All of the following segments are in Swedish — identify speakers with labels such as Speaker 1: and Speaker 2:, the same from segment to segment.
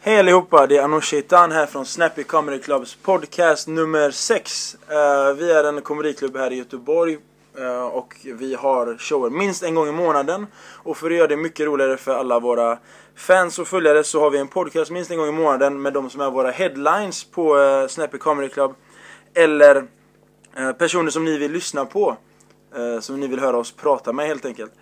Speaker 1: Hej allihopa, det är Anoush Shaitan här från Snappy Comedy Clubs podcast nummer 6. vi är en komediklubb här i Göteborg eh, och vi har shower minst en gång i månaden. Och för att göra det mycket roligare för alla våra fans och följare så har vi en podcast minst en gång i månaden med de som är våra headlines på eh, Snappy Comedy Club. Eller eh, personer som ni vill lyssna på, eh, som ni vill höra oss prata med helt enkelt.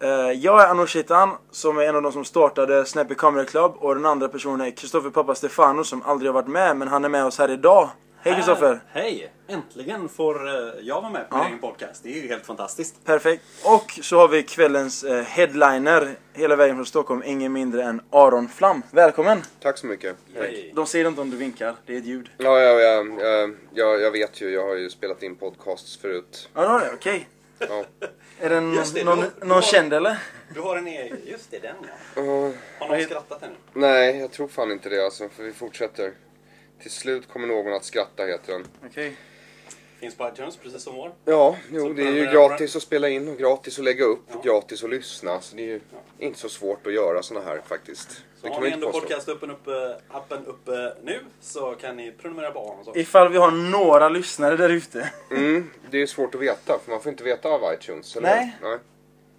Speaker 1: Eh, Jag är Anoush Shaitan som är en av de som startade Snappy Comedy Club och den andra personen är Kristoffer Pappa Stefano som aldrig har varit med men han är med oss här idag. Hej Kristoffer!
Speaker 2: Eh, Hej! Äntligen får eh, jag vara med på
Speaker 1: Ja.
Speaker 2: din podcast. Det är ju helt fantastiskt.
Speaker 1: Perfekt. Och så har vi kvällens eh, headliner hela vägen från Stockholm, ingen mindre än Aron Flam. Välkommen!
Speaker 3: Tack så mycket.
Speaker 2: Hej.
Speaker 1: De ser inte om du vinkar, det är ett ljud.
Speaker 3: Ja, ja, ja, ja, ja, jag vet ju. Jag har ju spelat in podcasts förut.
Speaker 1: Ja, det har det. Okej.
Speaker 3: Ja.
Speaker 1: Är det någon,
Speaker 2: Just det,
Speaker 1: någon,
Speaker 2: du har-
Speaker 1: någon
Speaker 2: du har-
Speaker 1: känd eller?
Speaker 2: Du har en egen... Just det, den ja.
Speaker 3: Ja,
Speaker 2: Har någon skrattat ännu?
Speaker 3: nej, jag tror fan inte det alltså, för vi fortsätter. Till slut kommer någon att skratta, heter den.
Speaker 1: Okej.
Speaker 2: Finns på iTunes precis som vår.
Speaker 3: Ja,
Speaker 2: Så
Speaker 3: jo, det är ju
Speaker 2: börjar-
Speaker 3: gratis att spela in och gratis att lägga upp
Speaker 2: Ja.
Speaker 3: och gratis att lyssna. Så det är ju inte så svårt att göra såna här faktiskt.
Speaker 2: Så
Speaker 3: Det
Speaker 2: har
Speaker 3: kan
Speaker 2: ni
Speaker 3: man
Speaker 2: ändå
Speaker 3: inte påstå.
Speaker 2: podcast-appen uppe, appen uppe nu så kan ni prenumerera på Aron och så.
Speaker 1: Ifall vi har några lyssnare där ute.
Speaker 3: Mm, det är svårt att veta, för man får inte veta av iTunes, eller
Speaker 1: Nej.
Speaker 3: hur? Nej.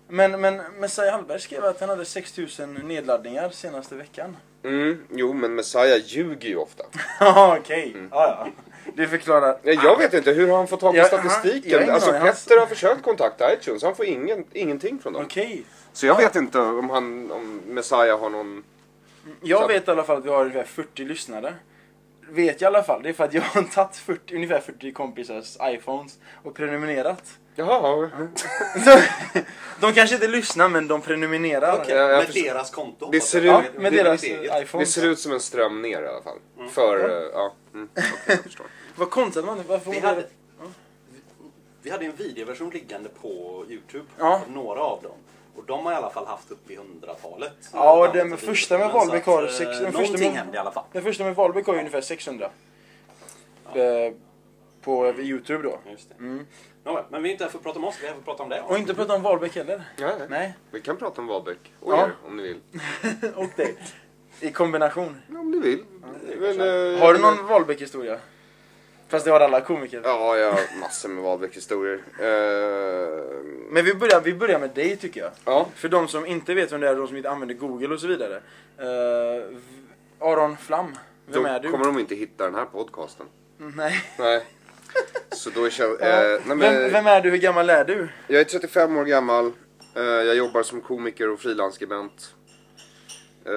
Speaker 1: Men, men Messiah Hallberg skrev att han hade 6000 nedladdningar senaste veckan.
Speaker 3: Mm, jo, men Messiah ljuger ju ofta.
Speaker 1: Ja, okej. Ja, ja. Det förklarar.
Speaker 3: Nej, jag vet inte, hur har han fått tag på
Speaker 1: Jag- han- jag har
Speaker 3: statistiken?
Speaker 1: ingen
Speaker 3: Alltså
Speaker 1: aning. Han-
Speaker 3: Petter har försökt kontakta iTunes, han får ingen, ingenting från dem.
Speaker 1: Okej.
Speaker 3: Så jag vet inte om, han, om Messiah har någon...
Speaker 1: Jag
Speaker 3: Så-
Speaker 1: vet i alla fall att vi har ungefär 40 lyssnare. Vet jag i alla fall. Det är för att jag har tagit 40, ungefär 40 kompisars iPhones och prenumererat.
Speaker 3: Jaha,
Speaker 1: Så, de kanske inte lyssnar men de prenumererar.
Speaker 2: Okej,
Speaker 3: jag- jag
Speaker 2: med
Speaker 3: förstår.
Speaker 2: deras konto.
Speaker 3: Det ser
Speaker 1: Ja,
Speaker 3: ut-
Speaker 1: med
Speaker 3: Det är
Speaker 1: deras
Speaker 2: ditt eget.
Speaker 3: det
Speaker 1: iPhones.
Speaker 3: ser ut som en ström ner i alla fall. För, eh, ja. Mm, okej, jag förstår.
Speaker 1: Vad konstigt att man varför
Speaker 2: Vi
Speaker 1: man-
Speaker 2: hade, vi hade en videoversion liggande på Youtube.
Speaker 1: Ja.
Speaker 2: Av några av dem. Och de har i alla fall haft upp i hundratalet.
Speaker 1: Ja, den
Speaker 2: Antalet
Speaker 1: första med
Speaker 2: videor. Så
Speaker 1: Wahlbeck har
Speaker 2: att, eh,
Speaker 1: sex- den första
Speaker 2: Någonting
Speaker 1: med-
Speaker 2: hände i alla fall.
Speaker 1: Den första med Wahlbeck har ju ungefär 600. Eh, På eh, Youtube då.
Speaker 2: Just det. Nåväl, men vi är inte här för att prata om oss, vi är här för att prata om det.
Speaker 1: Och inte prata om Wahlbeck heller.
Speaker 3: Nej, nej.
Speaker 1: Nej.
Speaker 3: Vi kan prata om Wahlbeck och
Speaker 1: Ja.
Speaker 3: er, om ni vill.
Speaker 1: Och dig. I kombination.
Speaker 3: Ja, Om ni vill. Men, eh,
Speaker 1: Har du någon Wahlbeck-historia? Fast det har alla komiker.
Speaker 3: Ja, jag har massor med Wahlbeck-historier. Eh,
Speaker 1: Men vi börjar, vi börjar med dig tycker jag.
Speaker 3: ja.
Speaker 1: För de som inte vet vem det är, de som inte använder Google och så vidare. Eh, v- Aron Flam, vem
Speaker 3: Då
Speaker 1: är du? Mm,
Speaker 3: kommer de inte hitta den här podcasten.
Speaker 1: Nej.
Speaker 3: Nej. Så då känns... Eh, nej, men,
Speaker 1: Vem, vem är du, hur gammal är du?
Speaker 3: Jag är 35 år gammal. Eh, Jag jobbar som komiker och frilansskribent. Eh,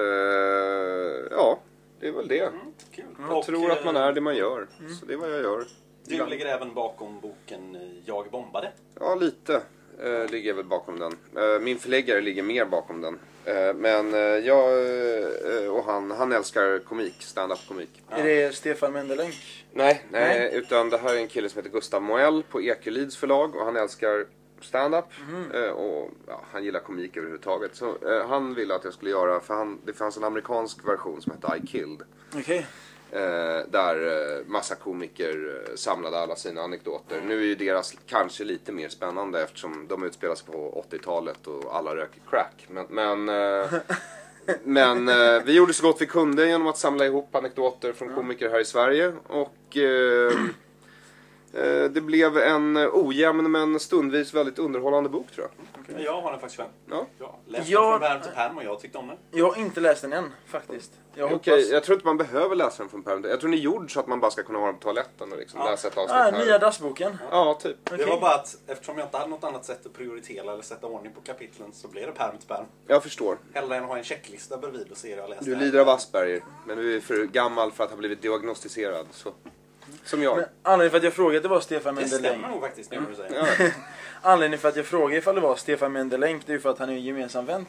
Speaker 3: Ja, det är väl det.
Speaker 2: Mm, Kul. eh,
Speaker 3: Jag tror att man är det man gör. Så det är vad jag gör.
Speaker 2: Du ligger även bakom boken eh, Jag bombade.
Speaker 3: Ja, lite eh, ligger jag väl bakom den. Eh, min förläggare ligger mer bakom den. Eh, men eh, jag eh, och han, han älskar komik, stand-up komik.
Speaker 1: Är det Stefan Mendelänk?
Speaker 3: Nej, nej,
Speaker 1: Nej.
Speaker 3: utan det här är en kille som heter Gustav Moell på Ekelids förlag och han älskar stand-up eh, och ja, han gillar komik överhuvudtaget. Så eh, han ville att jag skulle göra, för han, det fanns en amerikansk version som hette I Killed.
Speaker 1: Okej.
Speaker 3: Eh, där eh, massa komiker eh, samlade alla sina anekdoter. Nu är ju deras kanske lite mer spännande eftersom de utspelas på 80-talet och alla röker crack. Men, men, eh, men eh, vi gjorde så gott vi kunde genom att samla ihop anekdoter från komiker här i Sverige. Och eh, eh, det blev en ojämn men stundvis väldigt underhållande bok tror jag.
Speaker 2: Men Jag har den faktiskt själv.
Speaker 3: Ja.
Speaker 2: Ja, läste
Speaker 1: Jag-
Speaker 2: den från pärm till pärm och jag tyckte om den.
Speaker 1: Jag har inte läst den än faktiskt. Jag
Speaker 3: Okej,
Speaker 1: hoppas...
Speaker 3: jag tror inte man behöver läsa den från pärm. Jag tror den är gjord så att man bara ska kunna ha den på toaletten och liksom
Speaker 2: Ja.
Speaker 3: läsa ett avsnitt
Speaker 1: Ah,
Speaker 3: här.
Speaker 1: nya dassboken.
Speaker 3: Ja, typ.
Speaker 2: Det var
Speaker 1: Okej.
Speaker 2: bara att eftersom jag inte hade något annat sätt att prioritera eller sätta ordning på kapitlen så blev det pärm till pärm.
Speaker 3: Jag förstår.
Speaker 2: Hellre än att ha en checklista bredvid och se hur jag läste.
Speaker 3: Du
Speaker 2: här.
Speaker 3: lider av Asperger, men du är för gammal för att ha blivit diagnostiserad. Så. Som jag.
Speaker 1: Men Anledningen för att jag frågade det var Stefan
Speaker 2: Det
Speaker 1: Mendelänk.
Speaker 2: stämmer nog faktiskt nu när du säger det.
Speaker 3: Ja.
Speaker 1: Anledningen för att jag frågade ifall det var Stefan Mendelänk, det är ju för att han är en gemensam vän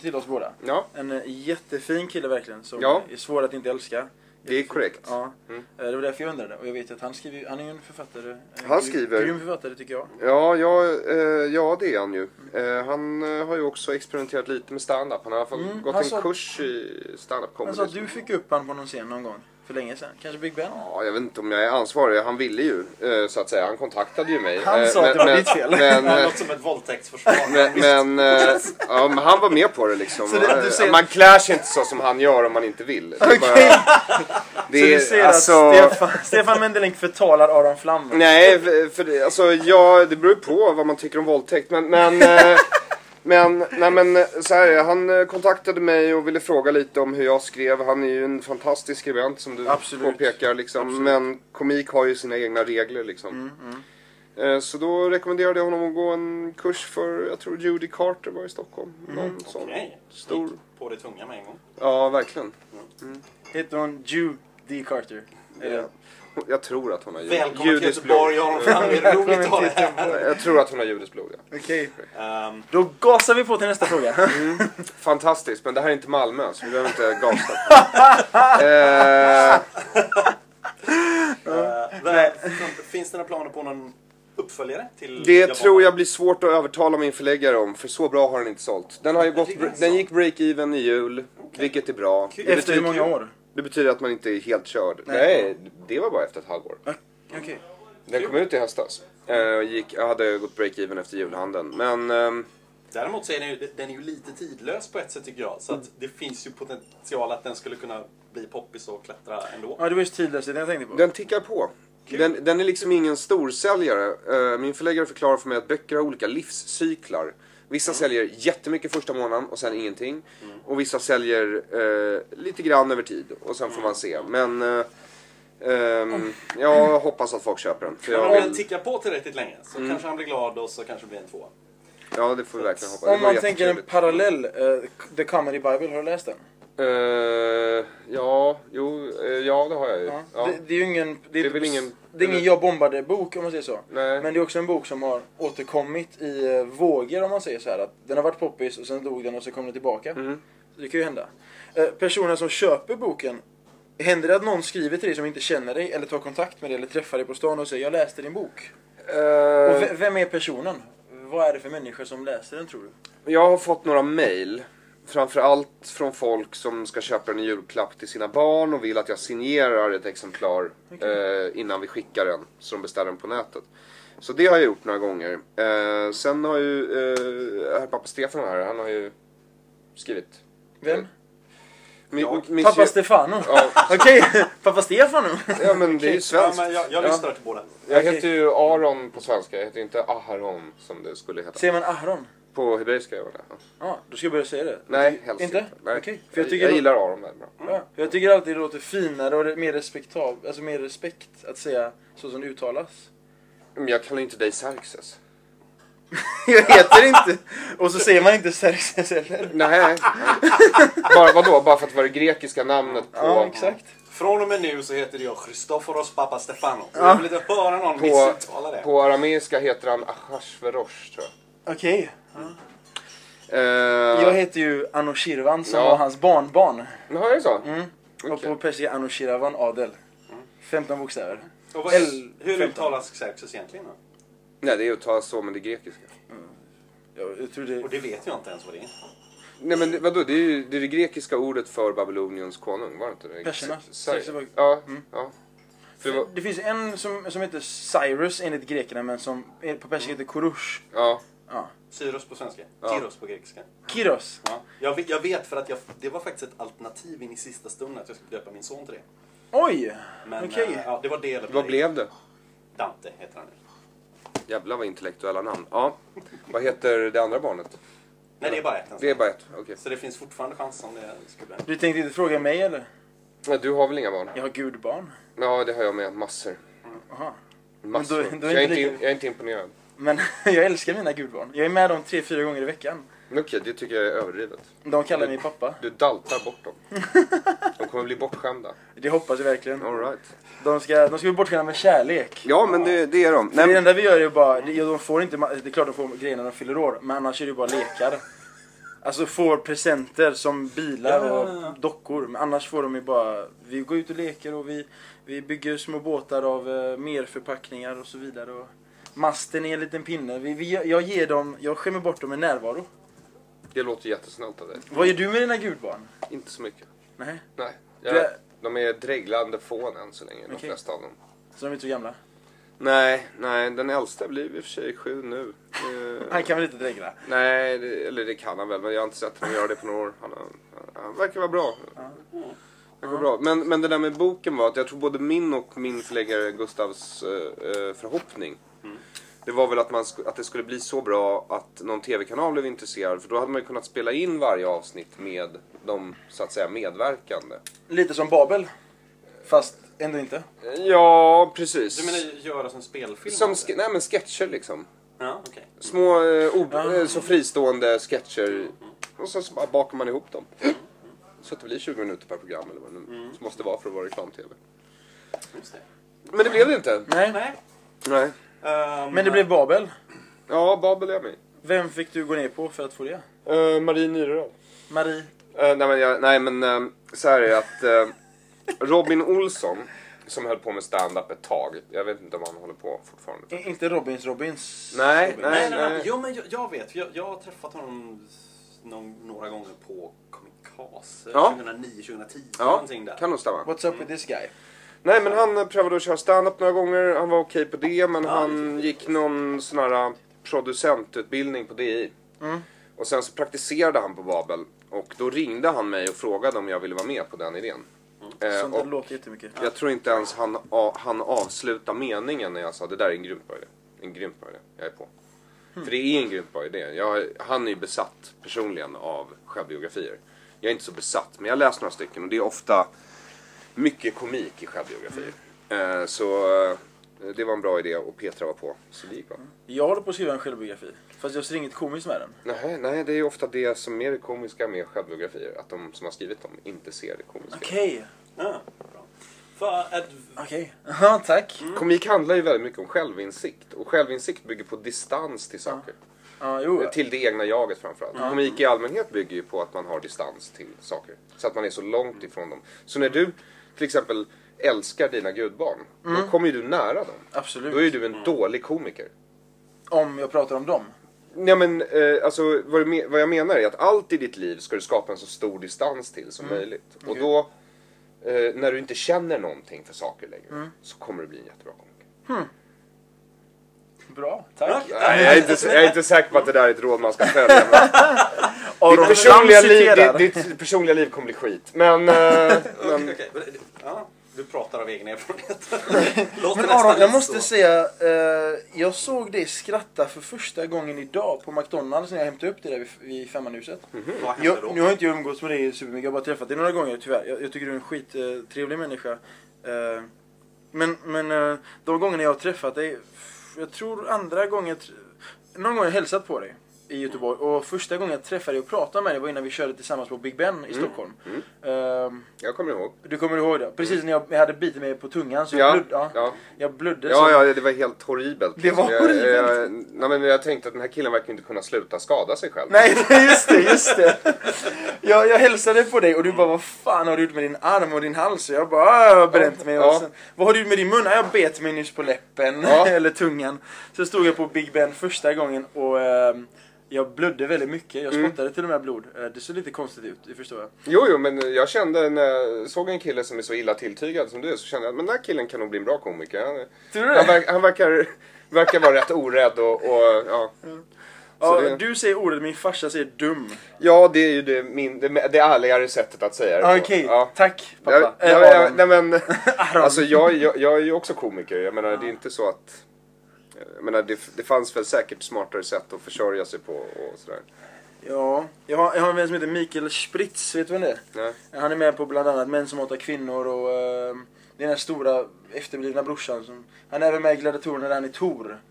Speaker 1: till oss båda.
Speaker 3: ja,
Speaker 1: En eh, jättefin kille verkligen, som
Speaker 3: Ja.
Speaker 1: är svår att inte älska.
Speaker 3: det är korrekt.
Speaker 1: Ja,
Speaker 3: Mm.
Speaker 1: eh, det var därför jag undrade. Och jag vet ju att han skriver, han är ju en författare. en
Speaker 3: Han
Speaker 1: gry-
Speaker 3: skriver.
Speaker 1: Grym författare tycker jag.
Speaker 3: Ja, ja, eh, ja, det är han ju. Eh, han eh, har ju också experimenterat lite med stand-up. Han har i alla fall
Speaker 1: Mm,
Speaker 3: gått
Speaker 1: han
Speaker 3: en
Speaker 1: sa-
Speaker 3: kurs i stand-up comedy.
Speaker 1: Han sa att du fick upp han på någon scen någon gång. För länge sedan. Kanske Big Ben?
Speaker 3: Ja, jag vet inte om jag är ansvarig. Han ville ju, eh, så att säga. Han kontaktade ju mig.
Speaker 4: Han
Speaker 3: Eh,
Speaker 4: sa att det var ditt fel.
Speaker 3: Men,
Speaker 2: Det
Speaker 3: eh,
Speaker 2: låter som ett våldtäktsförsvar.
Speaker 3: men, men, eh, ja, men han var med på det liksom.
Speaker 4: Så det- du ser-
Speaker 3: Man klär sig inte så som han gör om man inte vill. Det är bara- det
Speaker 1: Så
Speaker 3: är-
Speaker 1: du ser
Speaker 3: alltså-
Speaker 1: att Stefan, Stefan Mendelink förtalar Aron Flam?
Speaker 3: Nej, för, för det- alltså ja, det beror ju på vad man tycker om våldtäkt. Men, men, eh, men, nej, men eh, så här, är det. han eh, kontaktade mig och ville fråga lite om hur jag skrev. Han är ju en fantastisk skribent som du
Speaker 1: Absolut.
Speaker 3: påpekar. Liksom. Men komik har ju sina egna regler liksom.
Speaker 2: Mm,
Speaker 3: Eh, Så då rekommenderade jag honom att gå en kurs för, jag tror Judy Carter var i Stockholm.
Speaker 2: Mm.
Speaker 3: Någon sån
Speaker 2: Okej.
Speaker 3: stor.
Speaker 2: Gick På det tunga med en gång.
Speaker 3: Ja, verkligen.
Speaker 1: Heter hon Jew D. Carter?
Speaker 3: Eh, Jag tror att hon har jud-
Speaker 2: Välkommen till
Speaker 3: judiskt blod.
Speaker 2: Göteborg, Aron Flam. Det är roligt att ha dig här.
Speaker 3: Eh, Jag tror att hon har judiskt blod, ja.
Speaker 1: Okej.
Speaker 2: Ehm,
Speaker 1: Då gasar vi på till nästa fråga.
Speaker 3: Fantastiskt, men det här är inte Malmö så vi behöver inte gasa. eh,
Speaker 2: eh, vad- Finns det några planer på någon uppföljare till
Speaker 3: det
Speaker 2: Japan?
Speaker 3: tror jag blir svårt att övertala min förläggare om för så bra har den inte sålt. Den, har ju
Speaker 2: tycker jag är
Speaker 3: gått, den
Speaker 2: så.
Speaker 3: gick break-even i jul, vilket är bra.
Speaker 2: Kul.
Speaker 3: Det
Speaker 1: Efter hur
Speaker 3: betyder,
Speaker 1: många år?
Speaker 3: det betyder att man inte är helt körd. Nej. det var bara efter ett halvår.
Speaker 1: Okej.
Speaker 3: Den kom ut i höstas. Eh, gick, jag hade gått break-even efter julhandeln. Men ehm,
Speaker 2: Däremot så är den ju, den är ju lite tidlös på ett sätt tycker jag. Så
Speaker 3: Mm.
Speaker 2: att det finns ju potential att den skulle kunna bli poppis och klättra ändå.
Speaker 1: Ja, det var just tidlösheten jag tänkte på.
Speaker 3: Den tickar på.
Speaker 2: Kul.
Speaker 3: Den, den är liksom ingen storsäljare. Eh, Min förläggare förklarar för mig att böcker har olika livscyklar.
Speaker 1: Mm.
Speaker 3: Vissa säljer jättemycket första månaden och sen ingenting. Och vissa säljer eh, lite grann över tid och sen
Speaker 1: Mm.
Speaker 3: får man se. Men eh, ehm, jag hoppas att folk köper den. För
Speaker 2: Men om
Speaker 3: jag
Speaker 2: den
Speaker 3: vill,
Speaker 2: tickar på tillräckligt länge så
Speaker 3: Mm.
Speaker 2: kanske han blir glad och så kanske det blir en tvåa.
Speaker 3: ja, det får vi verkligen hoppas. Det
Speaker 1: Om
Speaker 3: var
Speaker 1: man tänker en
Speaker 3: jättetrevligt.
Speaker 1: parallell, eh, The Comedy Bible, har du läst den?
Speaker 3: Eh, ja, jo, eh, ja det har jag ju. Ja.
Speaker 1: Det, det är ju ingen... Det är, typ
Speaker 3: Det är väl ingen-
Speaker 1: det är ingen jag bombade bok om man säger så.
Speaker 3: Nej.
Speaker 1: Men det är också en bok som har återkommit i eh, vågor om man säger så här. Att den har varit poppis och sen dog den och så kom den tillbaka.
Speaker 3: Mm.
Speaker 1: Så det kan ju hända. Eh, personen som köper boken, händer det att någon skriver till dig som inte känner dig eller tar kontakt med dig eller träffar dig på stan och säger jag läste din bok?
Speaker 3: Eh,
Speaker 1: Och ve- vem är personen? Vad är det för människor som läser den tror du?
Speaker 3: Jag har fått några mejl. Framförallt från folk som ska köpa en julklapp till sina barn och vill att jag signerar ett exemplar eh, innan vi skickar den. Så de beställer den på nätet. Så det har jag gjort några gånger. Eh, sen har ju eh, herr pappa Stefan här, han har ju skrivit.
Speaker 1: Vem?
Speaker 3: Mi- mi-
Speaker 1: Pappa
Speaker 3: monsieur-
Speaker 1: Stefano?
Speaker 3: Eh, Ja,
Speaker 1: Okej, pappa Stefano?
Speaker 3: ja men det är ju
Speaker 2: Ja,
Speaker 3: svenskt.
Speaker 2: men jag, jag
Speaker 3: Ja.
Speaker 2: lyssnar till båda.
Speaker 3: Jag heter ju Aron på svenska, jag heter ju inte Aharon som det skulle heta.
Speaker 1: Säger man Aron?
Speaker 3: På hebreiska gör jag det.
Speaker 1: Ja, då ska jag börja säga det.
Speaker 3: Nej, helst
Speaker 1: Inte?
Speaker 3: Nej.
Speaker 1: Okej, för jag
Speaker 3: Jag,
Speaker 1: tycker
Speaker 3: jag
Speaker 1: det-
Speaker 3: gillar Aron väldigt bra.
Speaker 1: Ja, för jag tycker alltid det låter finare och mer respektabelt, alltså mer respekt att säga så som det uttalas.
Speaker 3: Men jag kallar ju inte dig Xerxes.
Speaker 1: Jag heter inte... Och så säger man inte Xerxes heller.
Speaker 3: Nej. Bara, vadå? Bara för att det var det grekiska namnet på...
Speaker 1: Ja, exakt.
Speaker 2: Från och med nu så heter jag Christoforos pappa Stefano. Jag vill inte höra någon
Speaker 3: På,
Speaker 2: missuttala det.
Speaker 3: på arameiska heter han Ahasverosh, tror jag.
Speaker 1: Okej.
Speaker 3: Eh,
Speaker 1: Jag heter ju Anushirvan som
Speaker 3: Ja.
Speaker 1: var hans barnbarn.
Speaker 3: Jaha, är det så?
Speaker 1: Mm. Och på persiska Anushirvan adel.
Speaker 3: Mm.
Speaker 1: 15 bokstäver.
Speaker 2: Och vad,
Speaker 1: L-
Speaker 2: hur
Speaker 1: 15.
Speaker 2: uttalas Xerxes egentligen då?
Speaker 3: Nej, det är uttalas så, men det är grekiska.
Speaker 1: Jag, jag tror det...
Speaker 2: Och det vet jag inte ens vad det är.
Speaker 3: Nej, men det- vadå? Det är ju det, är det grekiska ordet för Babyloniens konung, var det inte det?
Speaker 1: Perserna.
Speaker 3: Ser-
Speaker 1: Ser-
Speaker 3: Ja,
Speaker 1: Mm.
Speaker 3: ja. För det var,
Speaker 1: Det finns en som, som heter Cyrus enligt grekerna men som på persiska heter Kurush.
Speaker 3: ja.
Speaker 1: Ja.
Speaker 2: Syros på svenska. Tyros på grekiska.
Speaker 1: Kiros.
Speaker 2: Ja. Jag, vet- jag vet för att jag, det var faktiskt ett alternativ in i sista stunden att jag skulle döpa min son till det.
Speaker 1: Oj!
Speaker 2: Men
Speaker 1: Okej.
Speaker 2: eh, ja, det var det. eller
Speaker 3: Vad
Speaker 2: nej.
Speaker 3: blev det?
Speaker 2: Dante heter han nu.
Speaker 3: Jävlar vad intellektuella namn. Ja. Vad heter det andra barnet?
Speaker 2: Nej, det är bara ett än så
Speaker 3: Det är bara ett. Okej.
Speaker 2: Så det finns fortfarande chans om det skulle...
Speaker 1: Du tänkte inte fråga mig eller?
Speaker 3: Nej, Du har väl inga barn?
Speaker 1: Jag har gudbarn.
Speaker 3: Ja, det har jag med. Massor.
Speaker 1: Aha. då-
Speaker 3: Massor.
Speaker 1: då är
Speaker 3: Så jag, är
Speaker 1: inte
Speaker 3: inte,
Speaker 1: lika-
Speaker 3: jag är inte imponerad.
Speaker 1: Men jag älskar mina gudbarn. Jag är med dem tre, fyra gånger i veckan.
Speaker 3: Men Okej, det tycker jag är överdrivet.
Speaker 1: De kallar
Speaker 2: Mm.
Speaker 1: mig pappa.
Speaker 3: Du daltar bort dem. De kommer bli bortskämda.
Speaker 1: Det hoppas jag verkligen.
Speaker 3: All right.
Speaker 1: De ska, de ska bli bortskämda med kärlek.
Speaker 3: Ja, men det, det är de. Nej,
Speaker 1: Det
Speaker 3: men,
Speaker 1: enda vi gör är ju bara, det, ja, de får inte, ma- det är klart de får grejer när de fyller år, men annars är det ju bara lekar. Alltså får presenter som bilar och dockor, men annars får de ju bara, vi går ut och leker och vi, vi bygger små båtar av eh, merförpackningar och så vidare. Och masten är en liten pinne. Vi, vi, jag ger dem, jag skämmer bort dem med närvaro.
Speaker 3: det låter jättesnällt av dig.
Speaker 1: Vad gör du med dina gudbarn?
Speaker 3: Inte så mycket.
Speaker 1: Nej.
Speaker 3: Nej.
Speaker 1: Du,
Speaker 3: Jag,
Speaker 1: är-
Speaker 3: De är dreglande fån än så länge, de
Speaker 1: Okej.
Speaker 3: flesta av dem.
Speaker 1: Så de är inte så gamla.
Speaker 3: Nej, nej, den äldsta blir i och för sig sju nu. Eh,
Speaker 1: Han kan väl inte dregla?
Speaker 3: nej, det, eller det kan han väl, men jag har inte sett honom göra det på några år. Han, har- han verkar vara bra. Verkar vara bra. Men, men det där med boken var att jag tror både min och min förläggare Gustavs eh, eh, förhoppning det var väl att, man sk- att det skulle bli så bra att någon tv-kanal blev intresserad för då hade man ju kunnat spela in varje avsnitt med de så att säga medverkande.
Speaker 1: Lite som Babel. Fast ändå inte.
Speaker 3: Ja, precis.
Speaker 2: Eh, Du menar göra som spelfilm?
Speaker 3: Som
Speaker 2: av det?
Speaker 3: ske- nej, men sketcher liksom.
Speaker 2: Ja, okej.
Speaker 3: Små, eh, ob- eh, så fristående sketcher. Och sen så bara bakar man ihop dem. Så att det blir 20 minuter per program eller vad det
Speaker 2: Mm.
Speaker 3: nu så måste det vara för att vara reklam-tv.
Speaker 2: Just det.
Speaker 3: Men det blev det inte.
Speaker 1: Nej.
Speaker 2: Nej.
Speaker 3: Nej.
Speaker 2: ehm,
Speaker 1: Men det blev Babel.
Speaker 3: Ja, Babel är jag med
Speaker 1: Vem fick du gå ner på för att få det?
Speaker 3: uh, Marie Nyreröd.
Speaker 1: Marie.
Speaker 3: Eh, nej men, jag, nej, men eh, så här är det att eh, Robin Olsson, som höll på med stand-up ett tag. Jag vet inte om han håller på fortfarande.
Speaker 1: I- Inte Robins Robins.
Speaker 3: Nej,
Speaker 1: Robin.
Speaker 2: Nej,
Speaker 3: nej,
Speaker 2: nej, nej.
Speaker 3: nej.
Speaker 2: Jo, men jag, jag vet. Jag, jag har träffat honom s- någon, några gånger på Comicase.
Speaker 3: Ja.
Speaker 2: 2009, 2010
Speaker 3: Ja,
Speaker 2: någonting där.
Speaker 3: kan nog stämma.
Speaker 1: What's up with this guy?
Speaker 3: Nej men han eh, prövade att köra stand-up några gånger, han var okej på det men
Speaker 2: det
Speaker 3: han gick någon sån här äh, producentutbildning på DI. Och sen så praktiserade han på Babel och då ringde han mig och frågade om jag ville vara med på den idén. Eh,
Speaker 1: Sånt där
Speaker 3: och
Speaker 1: låter jättemycket.
Speaker 3: jag tror inte ens han, a, han avslutade meningen när jag sa det där är en grymt bra idé. En grymt bra idé, jag är på. För det är en grymt bra idé. Jag, han är ju besatt personligen av självbiografier. Jag är inte så besatt, men jag läser några stycken och det är ofta mycket komik i självbiografier. Eh, så eh, det var en bra idé och Petra var på, så det gick bra.
Speaker 1: Jag håller på att skriva en självbiografi. Fast jag ser inget komiskt med den.
Speaker 3: Nej, nej, det är ju ofta det som är det komiska med självbiografier. Att de som har skrivit dem inte ser det komiska.
Speaker 1: Okej.
Speaker 2: Ja, bra. För att,
Speaker 1: Okej. Ja, tack.
Speaker 3: Komik handlar ju väldigt mycket om självinsikt. Och självinsikt bygger på distans till saker.
Speaker 1: Ja, jo.
Speaker 3: Till det egna jaget framförallt. Komik i allmänhet bygger ju på att man har distans till saker. Så att man är så långt ifrån dem. Så när du till exempel älskar dina gudbarn, då kommer ju du nära dem.
Speaker 1: Absolut.
Speaker 3: Då är ju du en dålig komiker.
Speaker 1: Om jag pratar om dem.
Speaker 3: Nej men eh, alltså vad, du me- vad jag menar är att allt i ditt liv ska du skapa en så stor distans till som möjligt. Och då, eh, när du inte känner någonting för saker längre, så kommer du bli en jättebra komiker.
Speaker 1: Bra, tack.
Speaker 3: Nej, jag, är inte, jag är inte säker på att det där är ett råd man ska följa. Men... Ditt personliga,
Speaker 1: Ram
Speaker 3: liv,
Speaker 1: citerar.
Speaker 3: ditt, ditt personliga liv kommer bli skit. Men, eh, men
Speaker 2: okej, men- ja, du pratar av egen erfarenhet. Låter
Speaker 1: Men
Speaker 2: nästan
Speaker 1: Aron, jag
Speaker 2: lite
Speaker 1: måste
Speaker 2: så.
Speaker 1: säga, eh, jag såg dig skratta för första gången idag på McDonalds när jag hämtade upp dig där vid, vid Femmanhuset.
Speaker 2: Vad hände
Speaker 1: Jag,
Speaker 2: då?
Speaker 1: nu har inte jag umgåtts med dig supermycket, jag har bara träffat dig några gånger tyvärr. Jag, jag tycker du är en skittrevlig eh, trevlig människa. Eh, men men eh, de gångerna jag har träffat dig, f- jag tror andra gången, tr- någon gång har jag hälsat på dig i Göteborg. Och första gången jag träffade dig och pratade med dig var innan vi körde tillsammans på Big Ben
Speaker 3: Mm,
Speaker 1: i Stockholm. Ehm,
Speaker 3: jag kommer ihåg.
Speaker 1: du kommer ihåg det? Precis när jag, jag hade bitit mig på tungan så jag
Speaker 3: Mm. Ja,
Speaker 1: blödde. Typ Ja,
Speaker 3: ja.
Speaker 1: Jag blödde
Speaker 3: Ja,
Speaker 1: så-
Speaker 3: ja, det var helt horribelt.
Speaker 1: Det var
Speaker 3: Jag-
Speaker 1: horribelt.
Speaker 3: Jag, nej, men jag tänkte att den här killen verkar inte kunna sluta skada sig själv.
Speaker 1: Nej, just det, just det. Jag, jag hälsade på dig och du bara vad fan har du gjort med din arm och din hals? Och jag bara "Ah, jag har bränt mig. Och
Speaker 3: Ja.
Speaker 1: sen, vad har du gjort med din mun? "Ah, Jag bet mig nyss på läppen
Speaker 3: Ja.
Speaker 1: eller tungan. Så stod jag på Big Ben första gången och ehm, jag blödde väldigt mycket.
Speaker 3: Mm.
Speaker 1: Jag spottade till och med blod. Eh, Det såg lite konstigt ut, det förstår jag.
Speaker 3: Jo, jo, men jag kände när jag såg en kille som är så illa tilltygad som du är så kände jag att men den här killen kan nog bli en bra komiker. Han,
Speaker 1: Tror du
Speaker 3: han,
Speaker 1: det?
Speaker 3: verk, han verkar, verkar vara rätt orädd och, och ja.
Speaker 1: Ja,
Speaker 3: Så det-
Speaker 1: Du säger ordet, min farsa säger dum.
Speaker 3: ja, det är ju det, min, det, det ärligare sättet att säga det
Speaker 1: Ah,
Speaker 3: på.
Speaker 1: Okej,
Speaker 3: ja.
Speaker 1: tack
Speaker 3: Jag,
Speaker 1: pappa. Eh,
Speaker 3: jag, jag,
Speaker 1: Aron.
Speaker 3: nej men, alltså jag, jag, jag är ju också komiker. Jag menar, det är inte så att... Jag menar, det, det fanns väl säkert smartare sätt att försörja sig på och sådär.
Speaker 1: Ja, jag har, jag har en vän som heter Mikael Spritz, vet du vem det är?
Speaker 3: Nej.
Speaker 1: Han är med på bland annat Män som hatar kvinnor och eh, det är den här stora efterblivna brorsan. Som, han är även med i Gladiatorerna där han är Tor.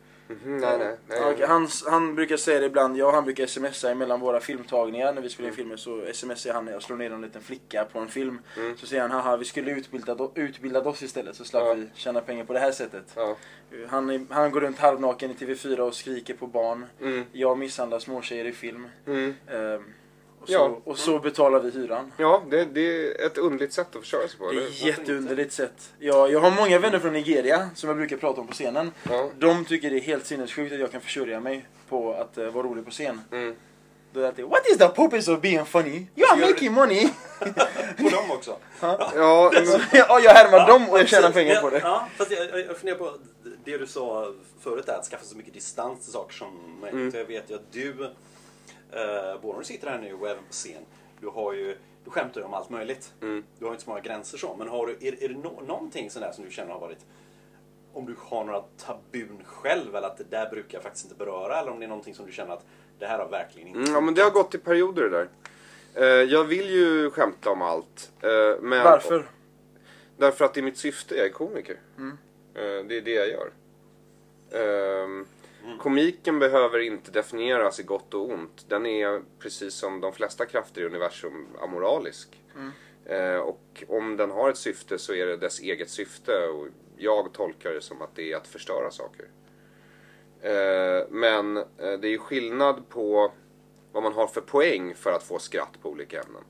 Speaker 3: Mhm, nej, nej. nej.
Speaker 1: Och han, han brukar säga det ibland, jag och han brukar smsa mellan våra filmtagningar när vi
Speaker 3: Mm.
Speaker 1: spelar in filmer så smsar han när jag slår ner en liten flicka på en film. Så säger han haha vi skulle utbildat, utbildat oss istället så slapp
Speaker 3: Mm. Ja.
Speaker 1: vi tjäna pengar på det här sättet.
Speaker 3: Ja.
Speaker 1: Han, är, han går runt halvnaken i TV4 och skriker på barn.
Speaker 3: Mm.
Speaker 1: Jag misshandlar småtjejer i film.
Speaker 3: Mm.
Speaker 1: Eh, och, så,
Speaker 3: Ja.
Speaker 1: och så betalar vi hyran.
Speaker 3: Ja, det, det är ett underligt sätt att försörja sig på.
Speaker 1: Det
Speaker 3: eller hur?
Speaker 1: är jätteunderligt sätt. Jag, jag har många vänner från Nigeria som jag brukar prata om på scenen.
Speaker 3: Ja.
Speaker 1: De tycker det är helt sinnessjukt att jag kan försörja mig på att eh, vara rolig på scen.
Speaker 3: Mm.
Speaker 1: Då lät det What is the purpose of being funny? You
Speaker 2: Gör
Speaker 1: are
Speaker 2: det.
Speaker 1: making money!
Speaker 2: På dem också.
Speaker 3: Ja, mm.
Speaker 1: ja, jag härmar dem och jag tjänar
Speaker 2: Precis.
Speaker 1: pengar
Speaker 2: Ja,
Speaker 1: på det.
Speaker 2: Ja, fast jag, jag- jag funderar på det du sa förut där, att skaffa så mycket distans till saker som möjligt.
Speaker 1: Mm.
Speaker 2: Och Jag vet ju att du, eh, både när du sitter här nu och även på scen, du har ju du skämtar ju om allt möjligt.
Speaker 1: Mm.
Speaker 2: Du har ju inte så många gränser så, men har du, är, är det nå- någonting sådär som du känner har varit om du har några tabun själv eller att det där brukar jag faktiskt inte beröra eller om det är någonting som du känner att det här har verkligen inte...
Speaker 3: Mm, ja, men det har gått i perioder det där. Eh, jag vill ju skämta om allt. eh, men
Speaker 1: Varför?
Speaker 3: Därför att det är mitt syfte, jag är komiker. Eh, det är det jag gör. Ehm, Komiken behöver inte definieras i gott och ont. Den är precis som de flesta krafter i universum amoralisk. Eh, och om den har ett syfte så är det dess eget syfte och jag tolkar det som att det är att förstöra saker. Eh, men eh, det är ju skillnad på vad man har för poäng för att få skratt på olika ämnen.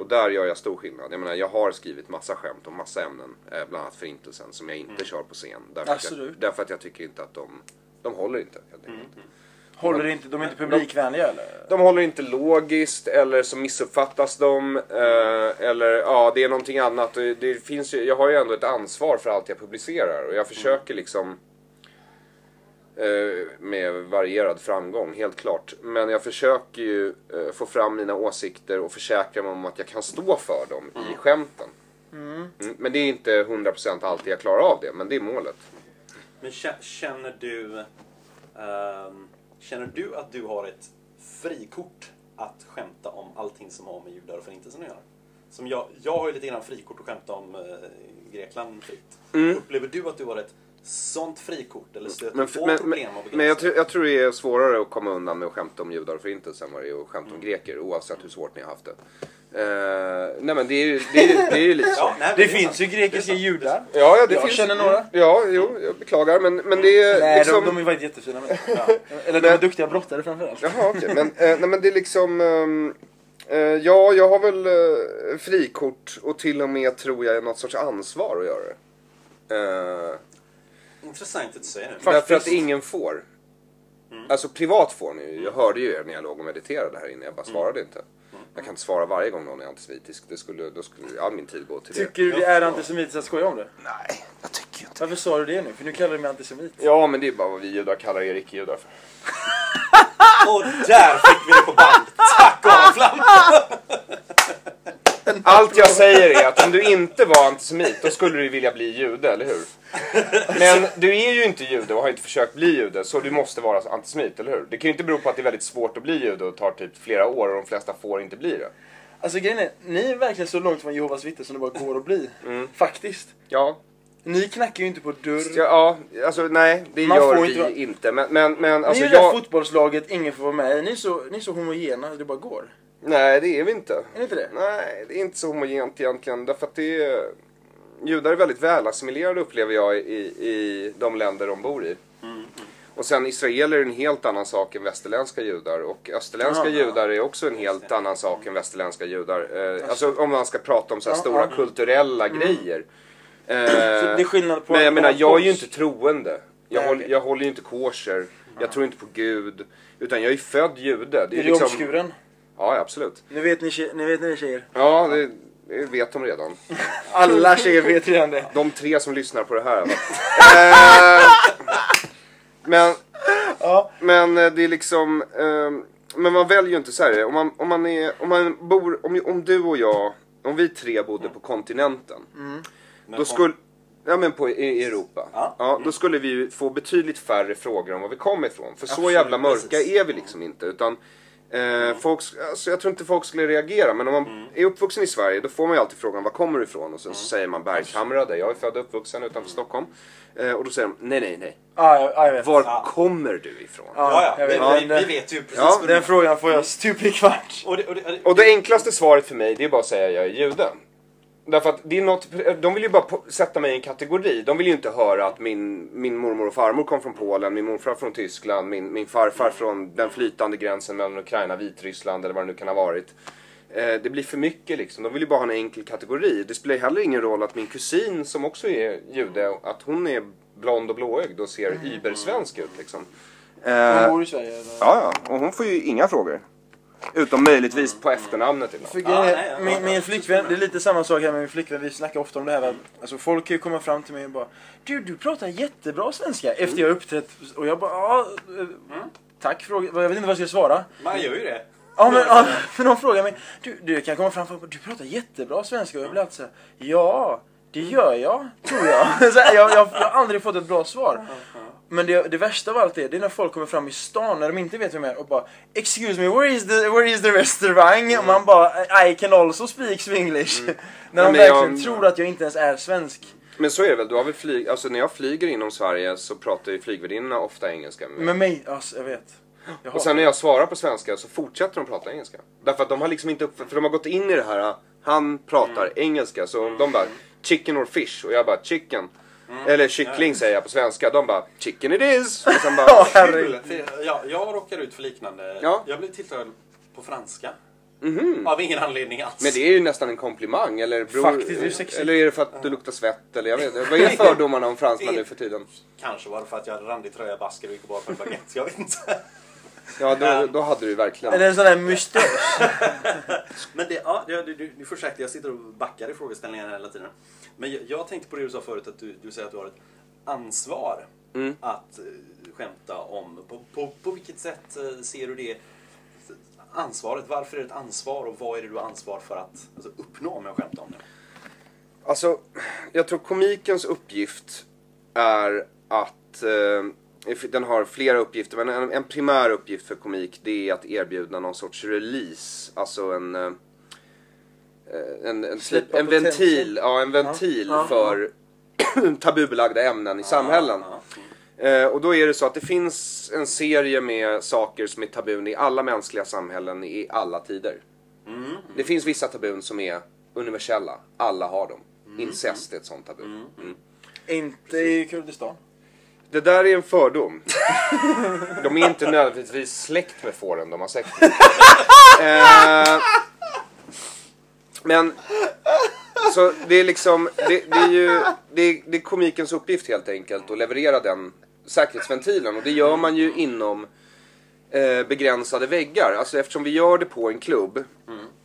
Speaker 3: Och där gör jag stor skillnad. Jag menar, jag har skrivit massa skämt om massa ämnen, eh, bland annat Förintelsen, som jag inte kör på scen. Därför att, jag,
Speaker 1: Absolut.
Speaker 3: därför att jag tycker inte att de, de håller inte. Helt enkelt.
Speaker 1: Håller det inte, de är inte publikvänliga eller?
Speaker 3: De håller inte logiskt eller så missuppfattas de. Eh, eller ja, det är någonting annat. Och Det finns ju, jag har ju ändå ett ansvar för allt jag publicerar och jag försöker liksom eh, med varierad framgång, helt klart. Men jag försöker ju eh, få fram mina åsikter och försäkra mig om att jag kan stå för dem i skämten. Mm, Men det är inte 100% alltid jag klarar av det, men det är målet.
Speaker 2: Men kä- känner du, ehm, känner du att du har ett frikort att skämta om allting som har med judar och förintelsen att göra? Som jag, jag har ju lite grann frikort att skämta om eh, Grekland fritt. Upplever du att du har ett sånt frikort eller stöter
Speaker 3: Mm. Men,
Speaker 2: du på
Speaker 3: men, men,
Speaker 2: problem och
Speaker 3: men jag,
Speaker 2: begränsningar?
Speaker 3: tror, jag tror det är svårare att komma undan med att skämta om judar och förintelsen än vad det är att
Speaker 1: Mm.
Speaker 3: skämta om greker oavsett hur svårt ni har haft det. Eh, nej men det är ju, det är, ju- det är ju lite så.
Speaker 2: Ja, nej, men
Speaker 1: Det
Speaker 2: är sant.
Speaker 1: finns ju grekiska
Speaker 2: Det är sant.
Speaker 1: judar.
Speaker 3: Ja, ja, det
Speaker 1: Jag
Speaker 3: finns,
Speaker 1: känner några.
Speaker 3: Ja, jo, jag beklagar men, men det är
Speaker 1: Nej,
Speaker 3: liksom...
Speaker 1: de, de är faktiskt jättefina människor. Eller de är duktiga brottare framförallt.
Speaker 3: Jaha, okej. Men, eh, nej, men det är liksom... ehm, eh, ja, jag har väl eh, frikort och till och med tror jag något sorts ansvar att göra det. Eh,
Speaker 2: Intressant att du säger det.
Speaker 3: Därför att ingen får. Alltså privat får ni ju. Jag hörde ju er när jag låg och mediterade här inne. Jag bara svarade inte. Jag kan inte svara varje gång någon är antisemitisk. Det skulle, då skulle all min tid gå till det.
Speaker 1: Tycker du det är antisemitiskt att skoja om det?
Speaker 3: Nej, jag tycker inte
Speaker 1: Varför sa du det nu? För nu kallar du mig antisemit.
Speaker 3: Ja, men det är bara vad vi judar kallar er icke-judar för.
Speaker 2: Och där fick vi det på band! Tack Aron
Speaker 3: Allt jag säger är att om du inte var antisemit, då skulle du vilja bli jude, eller hur? Men du är ju inte jude och har inte försökt bli jude, så du måste vara antisemit, eller hur? Det kan ju inte bero på att det är väldigt svårt att bli jude och tar typ flera år och de flesta får inte bli det.
Speaker 1: Alltså grejen är, ni är verkligen så långt från Jehovas vittnen som det bara går att bli. Faktiskt.
Speaker 3: Ja,
Speaker 1: Ni knackar ju inte på dörr.
Speaker 3: Ja, ja, alltså nej, det
Speaker 1: Man
Speaker 3: gör
Speaker 1: får
Speaker 3: vi
Speaker 1: inte vara-
Speaker 3: inte. Men, men, men alltså
Speaker 1: ni är ju det där
Speaker 3: jag...
Speaker 1: fotbollslaget ingen får vara med i. Ni är så, ni är så homogena så det bara går.
Speaker 3: Nej, det är vi inte.
Speaker 1: Är ni inte det?
Speaker 3: Nej, det är inte så homogent egentligen. Därför att det är... Judar är väldigt välassimilerade upplever jag i, i de länder de bor i.
Speaker 1: Mm,
Speaker 3: Och sen israeler är en helt annan sak än västerländska judar. Och österländska
Speaker 1: Ja, ja.
Speaker 3: judar är också en helt annan sak än västerländska judar. Eh, alltså om man ska prata om så här
Speaker 1: Ja,
Speaker 3: stora
Speaker 1: ja. Mm.
Speaker 3: kulturella grejer. Eh,
Speaker 1: Så det är skillnad på-
Speaker 3: Men jag menar,
Speaker 1: på-
Speaker 3: jag är ju
Speaker 1: på-
Speaker 3: inte troende. Jag,
Speaker 1: Nej,
Speaker 3: håller-
Speaker 1: okej.
Speaker 3: jag håller ju inte kosher. Jag tror inte på Gud. Utan jag är ju född jude. Det
Speaker 1: Är
Speaker 3: är,
Speaker 1: du
Speaker 3: liksom...
Speaker 1: omskuren?
Speaker 3: Ja, absolut.
Speaker 1: Nu vet ni, tje- ni vet ni tjejer.
Speaker 3: Ja, det, det vet de redan.
Speaker 1: Alla tjejer vet redan det.
Speaker 3: De tre som lyssnar på det här. va? eh, men,
Speaker 1: Ja.
Speaker 3: men eh, det är liksom... Eh, men man väljer ju inte så här. Om man, om man, är, om man bor... Om, om du och jag, om vi tre bodde på kontinenten. Då skulle... Ja men på, i- i Europa.
Speaker 2: Ja.
Speaker 3: då skulle vi ju få betydligt färre frågor om var vi kom ifrån. För så
Speaker 2: Absolut,
Speaker 3: jävla mörka
Speaker 2: precis.
Speaker 3: är vi liksom inte. Utan, eh, folk, alltså, jag tror inte folk skulle reagera. Men om man
Speaker 2: Mm.
Speaker 3: är uppvuxen i Sverige då får man ju alltid frågan var kommer du ifrån? Och sen så säger man Bergshamra där jag är född och uppvuxen utanför
Speaker 2: Mm.
Speaker 3: Stockholm. Eh, och då säger de nej nej nej.
Speaker 1: Ja, jag, jag vet.
Speaker 3: Var
Speaker 2: Ja.
Speaker 3: kommer du ifrån?
Speaker 2: Ja, ja,
Speaker 1: jag vet.
Speaker 2: vi,
Speaker 1: Men,
Speaker 2: vi,
Speaker 1: eh,
Speaker 2: vi vet ju precis
Speaker 3: Ja,
Speaker 2: vad du-
Speaker 1: Den frågan får jag stup i kvart.
Speaker 2: och det, och det, och det,
Speaker 3: Och det enklaste svaret för mig det är bara att säga jag är jude. Därför att det är något, de vill ju bara po- sätta mig i en kategori. De vill ju inte höra att min, min mormor och farmor kom från Polen, min morfar från Tyskland, min, min farfar från den flytande gränsen mellan Ukraina och Vitryssland eller vad det nu kan ha varit. Eh, det blir för mycket liksom. De vill ju bara ha en enkel kategori. Det spelar heller ingen roll att min kusin som också är jude, att hon är blond och blåögd och ser übersvensk ut liksom. Eh,
Speaker 1: Hon bor i Sverige. eller?
Speaker 3: Ja, ja. Och hon får ju inga frågor. Utom möjligtvis på efternamnet ibland.
Speaker 1: För
Speaker 2: Ja,
Speaker 1: grejen är,
Speaker 2: nej, ja, ja,
Speaker 1: min, min
Speaker 2: jag
Speaker 1: flickvän, det är lite samma sak här med min flickvän, vi snackar ofta om det här. Att, alltså folk kan ju komma fram till mig och bara Du, du pratar jättebra svenska efter jag har uppträtt. Och jag bara, ja, eh,
Speaker 2: Mm.
Speaker 1: tack fråga. Jag vet inte vad jag ska svara.
Speaker 2: Man gör ju det.
Speaker 1: Ja men, ja, men de frågar mig, du, du kan komma fram och du pratar jättebra svenska och jag blir alltid såhär, ja det gör jag, tror jag. Så här, jag, jag. Jag har aldrig fått ett bra svar. Men det, det värsta av allt är, det är när folk kommer fram i stan när de inte vet vem jag är och bara Excuse me, where is the, where is the restaurang? Och man bara I can also speak Swedish. När de
Speaker 3: Men jag-
Speaker 1: verkligen tror att Mm. jag inte ens är svensk.
Speaker 3: Men så är det väl, du har väl flyg... alltså, när jag flyger inom Sverige så pratar ju flygvärdinnorna ofta engelska med mig.
Speaker 1: Med mig, alltså, jag vet. Jag
Speaker 3: Och sen när jag svarar på svenska så fortsätter de prata engelska. Därför att de har liksom inte upp... för de har gått in i det här, han pratar
Speaker 1: Mm.
Speaker 3: engelska. Så de bara, chicken or fish? Och jag bara, chicken.
Speaker 1: Mm.
Speaker 3: Eller kyckling säger jag på svenska. De bara, chicken it is! Och sen bara,
Speaker 1: Ja, herregud.
Speaker 2: Ja, jag råkar ut för liknande.
Speaker 3: Ja.
Speaker 2: Jag blev tilltalad på franska. Av ingen anledning alls.
Speaker 3: Men det är ju nästan en komplimang. Eller, beror-
Speaker 1: Faktiskt, det är sexigt.
Speaker 3: eller är det för att du luktar svett? Eller jag vet inte. Vad är fördomarna om fransmän nu för tiden?
Speaker 2: Kanske var det för att jag hade randig tröja, basker och gick och bar på en baguette. Jag vet inte.
Speaker 3: Ja, då, då hade du verkligen.
Speaker 1: Eller en sån där mustasch.
Speaker 2: Men det, ja, det, du, du, du får ursäkta, jag sitter och backar i frågeställningarna hela tiden. Men jag, jag tänkte på det du sa förut, att du, du säger att du har ett ansvar att eh, skämta om. På, på, på vilket sätt eh, ser du det ansvaret? Varför är det ett ansvar och vad är det du har ansvar för att alltså, uppnå med att skämta om det?
Speaker 3: Alltså, jag tror komikens uppgift är att... Eh, den har flera uppgifter, men en, en primär uppgift för komik det är att erbjuda någon sorts release. Alltså en... Eh, en, en, typ,
Speaker 1: Släppa
Speaker 3: en ventil,
Speaker 1: potensen.
Speaker 3: ja, en ventil
Speaker 1: Ja, ja,
Speaker 3: för tabubelagda ämnen i samhällen.
Speaker 2: Ja,
Speaker 3: Eh, och då är det så att det finns en serie med saker som är tabun i alla mänskliga samhällen i alla tider. Det finns vissa tabun som är universella. Alla har dem. Incest är ett sånt tabu. Mm.
Speaker 1: inte i Kurdistan.
Speaker 3: Det där är en fördom. de är inte nödvändigtvis släkt med fåren de har sex med. eh, men... Så det är liksom, det, det är ju, det är, det är komikens uppgift helt enkelt att leverera den säkerhetsventilen och det gör man ju inom eh, begränsade väggar. Alltså eftersom vi gör det på en klubb,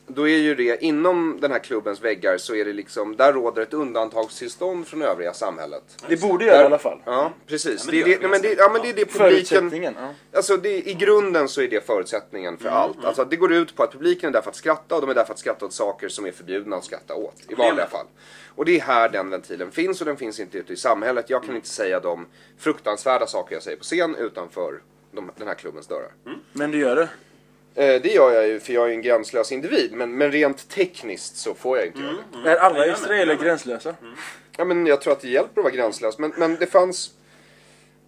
Speaker 3: då är ju det inom den här klubbens väggar så är det liksom, där råder ett undantagstillstånd från övriga samhället.
Speaker 1: Det borde göra det i alla fall.
Speaker 3: Ja, precis.
Speaker 2: Ja, men
Speaker 3: det,
Speaker 2: det
Speaker 3: är det,
Speaker 2: gör det
Speaker 3: nej, men det, ja, men det är det publiken...
Speaker 1: Förutsättningen. Ja.
Speaker 3: Alltså det, i grunden så är det förutsättningen för allt. Alltså det går ut på att publiken är där för att skratta och de är där för att skratta åt saker som är förbjudna att skratta åt. I vanliga fall. Och det är här den ventilen finns och den finns inte ute i samhället. Jag kan inte säga de fruktansvärda saker jag säger på scen utanför de, den här klubbens dörrar.
Speaker 1: Men du gör det.
Speaker 3: Eh, det gör jag ju för jag är en gränslös individ. Men, men rent tekniskt så får jag inte göra det.
Speaker 1: Är alla
Speaker 2: men-
Speaker 1: israeler
Speaker 2: ja, men-
Speaker 1: gränslösa?
Speaker 3: Mm. Ja, men jag tror att det hjälper att vara gränslös. Men, men det fanns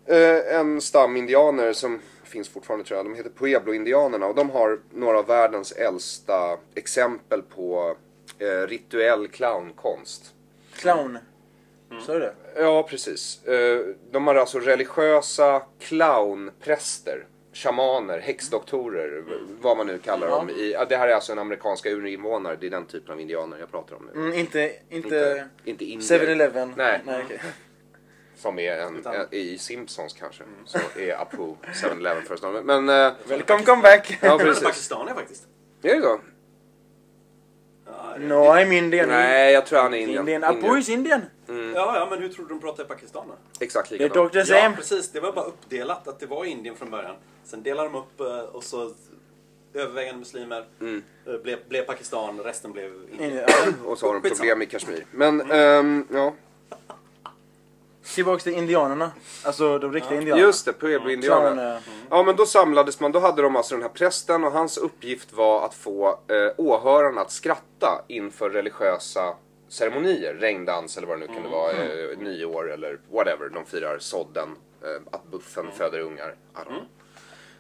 Speaker 3: eh, en stam indianer som finns fortfarande tror jag. De heter Pueblo-indianerna och de har några av världens äldsta exempel på eh, rituell clownkonst.
Speaker 1: Clown.
Speaker 3: Mm.
Speaker 1: Sa du det?
Speaker 3: Ja, precis. Eh, de har alltså religiösa clownpräster, shamaner, häxdoktorer, v- vad man nu kallar dem. I, ja, det här är alltså en amerikanska urinvånare, det är den typen av indianer jag pratar om nu.
Speaker 1: Mm, inte...
Speaker 3: Inte,
Speaker 1: Inte...
Speaker 3: inte indier.
Speaker 1: 7-Eleven?
Speaker 3: Nej. Mm.
Speaker 1: Nej okej.
Speaker 3: Som är en,
Speaker 2: Utan-
Speaker 3: en, i Simpsons kanske. Så är Apu 7-Eleven föreståndare. Men, eh,
Speaker 1: Welcome comeback!
Speaker 3: ja
Speaker 2: Jag är
Speaker 3: precis.
Speaker 2: pakistanier faktiskt.
Speaker 3: Är det då?
Speaker 2: Ja, det-
Speaker 1: No I'm Indian.
Speaker 3: Nej, jag tror han är
Speaker 1: Indian.
Speaker 3: Indien.
Speaker 1: Indian.
Speaker 3: Indian.
Speaker 1: Abu is Indian.
Speaker 2: ja, ja, men hur tror du de pratar i Pakistan då?
Speaker 3: Exakt
Speaker 1: Det är
Speaker 3: likadant.
Speaker 1: Dr.
Speaker 2: Ja,
Speaker 1: Sam.
Speaker 2: precis. Det var bara uppdelat att det var Indien från början. Sen delade de upp eh, och så övervägande muslimer eh, blev, blev Pakistan, resten blev Indien.
Speaker 1: Indian.
Speaker 3: Och så har de
Speaker 2: Skitsamma.
Speaker 3: problem i Kashmir. Men, ehm, ja.
Speaker 1: Tillbaks till indianerna. Alltså de riktiga indianerna.
Speaker 3: Just det, Pueblo-indianerna.
Speaker 1: Clowner.
Speaker 3: Ja men då samlades man, då hade de alltså den här prästen och hans uppgift var att få eh, åhörarna att skratta inför religiösa ceremonier. Regndans eller vad det nu kunde vara, eh, nyår eller whatever. De firar sådden, eh, att buffen föder ungar. I don't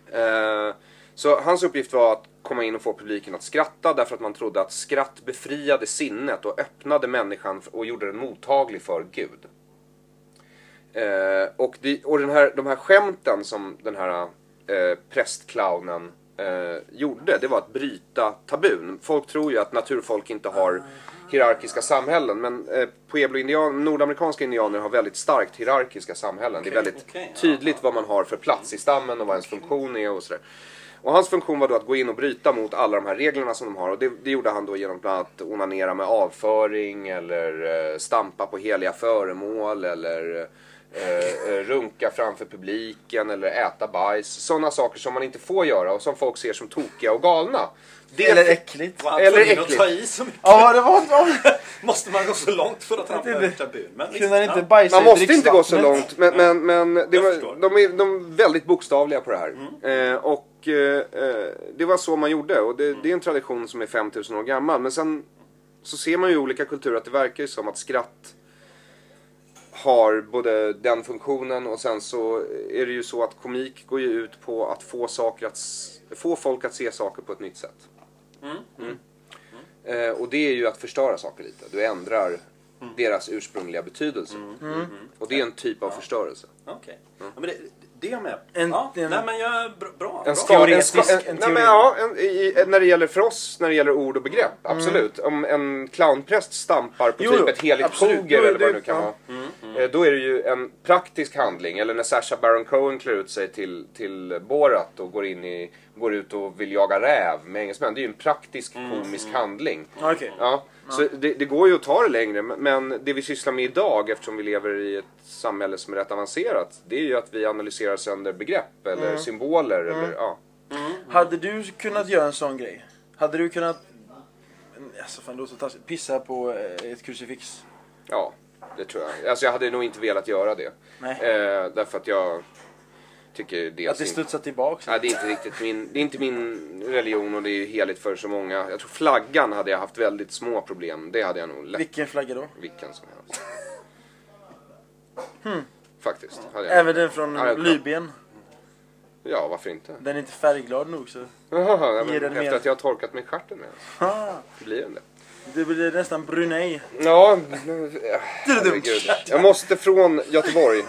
Speaker 3: know. Eh, så hans uppgift var att komma in och få publiken att skratta därför att man trodde att skratt befriade sinnet och öppnade människan och gjorde den mottaglig för Gud. Eh, och det, och den här, de här skämten som den här eh, prästclownen eh, gjorde, det var att bryta tabun. Folk tror ju att naturfolk inte har hierarkiska samhällen, men eh, pueblo-indianer, nordamerikanska indianer har väldigt starkt hierarkiska samhällen. det är väldigt
Speaker 2: okej, ja.
Speaker 3: tydligt vad man har för plats i stammen och vad ens funktion är och sådär. Och hans funktion var då att gå in och bryta mot alla de här reglerna som de har. Och det, det gjorde han då genom bland annat onanera med avföring eller eh, stampa på heliga föremål eller eh, eh, runka framför publiken eller äta bajs. Sådana saker som man inte får göra och som folk ser som tokiga och galna. Det
Speaker 4: Eller äckligt.
Speaker 2: Var han
Speaker 3: Eller
Speaker 2: tvungen att
Speaker 3: äckligt.
Speaker 2: ta i så mycket?
Speaker 4: Ja, det var inte...
Speaker 2: Måste man gå så långt för att trampa
Speaker 4: vet
Speaker 2: över
Speaker 4: inte.
Speaker 2: tabun? Men visst,
Speaker 4: Kunde han
Speaker 2: ja.
Speaker 4: inte bajsa
Speaker 3: Man
Speaker 4: i
Speaker 3: måste inte gå så
Speaker 4: dricksvattnet?
Speaker 3: långt, men, men, men det
Speaker 2: Jag
Speaker 3: var,
Speaker 2: förstår. Mm.
Speaker 3: de, är, de är väldigt bokstavliga på det här. Eh, och eh, eh, det var så man gjorde och det, det är en tradition som är 5000 år gammal. Men sen så ser man ju i olika kulturer att det verkar ju som att skratt har både den funktionen och sen så är det ju så att komik går ju ut på att få, saker att, s- få folk att se saker på ett nytt sätt. Mm. Eh, och det är ju att förstöra saker lite. Du ändrar deras ursprungliga betydelse.
Speaker 1: Mm.
Speaker 3: Och det är en typ av förstörelse.
Speaker 2: Okej. Ja, men det, det är jag med.
Speaker 1: En-
Speaker 2: ja.
Speaker 1: en-
Speaker 2: Nej men jag, bra. bra.
Speaker 3: En ska,
Speaker 1: Teoretisk,
Speaker 3: en ska, en,
Speaker 1: en
Speaker 3: nej,
Speaker 1: teori.
Speaker 3: men, ja, en, i, i- när det gäller för oss, när det gäller ord och begrepp, absolut. Om en clownpräst stampar på
Speaker 1: Mm. Jo,
Speaker 3: typ
Speaker 1: jo,
Speaker 3: ett heligt
Speaker 1: absolut.
Speaker 3: foger
Speaker 1: Då är
Speaker 3: eller vad det
Speaker 1: det-
Speaker 3: nu kan
Speaker 1: ja. Mm,
Speaker 3: vara. eh, Då är det ju en praktisk handling. Eller när Sasha Baron Cohen klär ut sig till, till Borat och går, in i, går ut och vill jaga räv med engelsmän. Det är ju en praktisk
Speaker 1: Mm,
Speaker 3: komisk handling.
Speaker 1: Ja, Okej.
Speaker 3: Ja, så det, det går ju att ta det längre. men- Men det vi sysslar med idag, eftersom vi lever i ett samhälle som är rätt avancerat, det är ju att vi analyserar sönder begrepp eller
Speaker 1: Mm.
Speaker 3: symboler. Eller, ja.
Speaker 1: Hade du kunnat göra en sån grej? Hade du kunnat... Alltså fan, det låter taskigt. Pissa på eh, ett krucifix?
Speaker 3: ja, det tror jag. Alltså jag hade nog inte velat göra det.
Speaker 1: Nej.
Speaker 3: Eh, därför att jag tycker dels
Speaker 1: Att det
Speaker 3: inte-
Speaker 1: studsar tillbaks?
Speaker 3: Nej, det är inte riktigt min, det är inte min religion och det är ju heligt för så många. Jag tror flaggan hade jag haft väldigt små problem. Det hade jag nog lätt
Speaker 1: Vilken flagga då?
Speaker 3: vilken som helst. Faktiskt. Hade jag.
Speaker 1: Hmm. Även den från
Speaker 3: Ja, jag-
Speaker 1: Libyen.
Speaker 3: Ja, varför inte?
Speaker 1: Den är inte färgglad nog så.
Speaker 3: Jaha, ja,
Speaker 1: Ge
Speaker 3: men
Speaker 1: den
Speaker 3: efter
Speaker 1: mer.
Speaker 3: att jag har torkat mig i stjärten med
Speaker 1: Ha,
Speaker 3: blir den det.
Speaker 1: det blir nästan Brunei.
Speaker 3: Ja, herregud. Jag måste från Göteborg.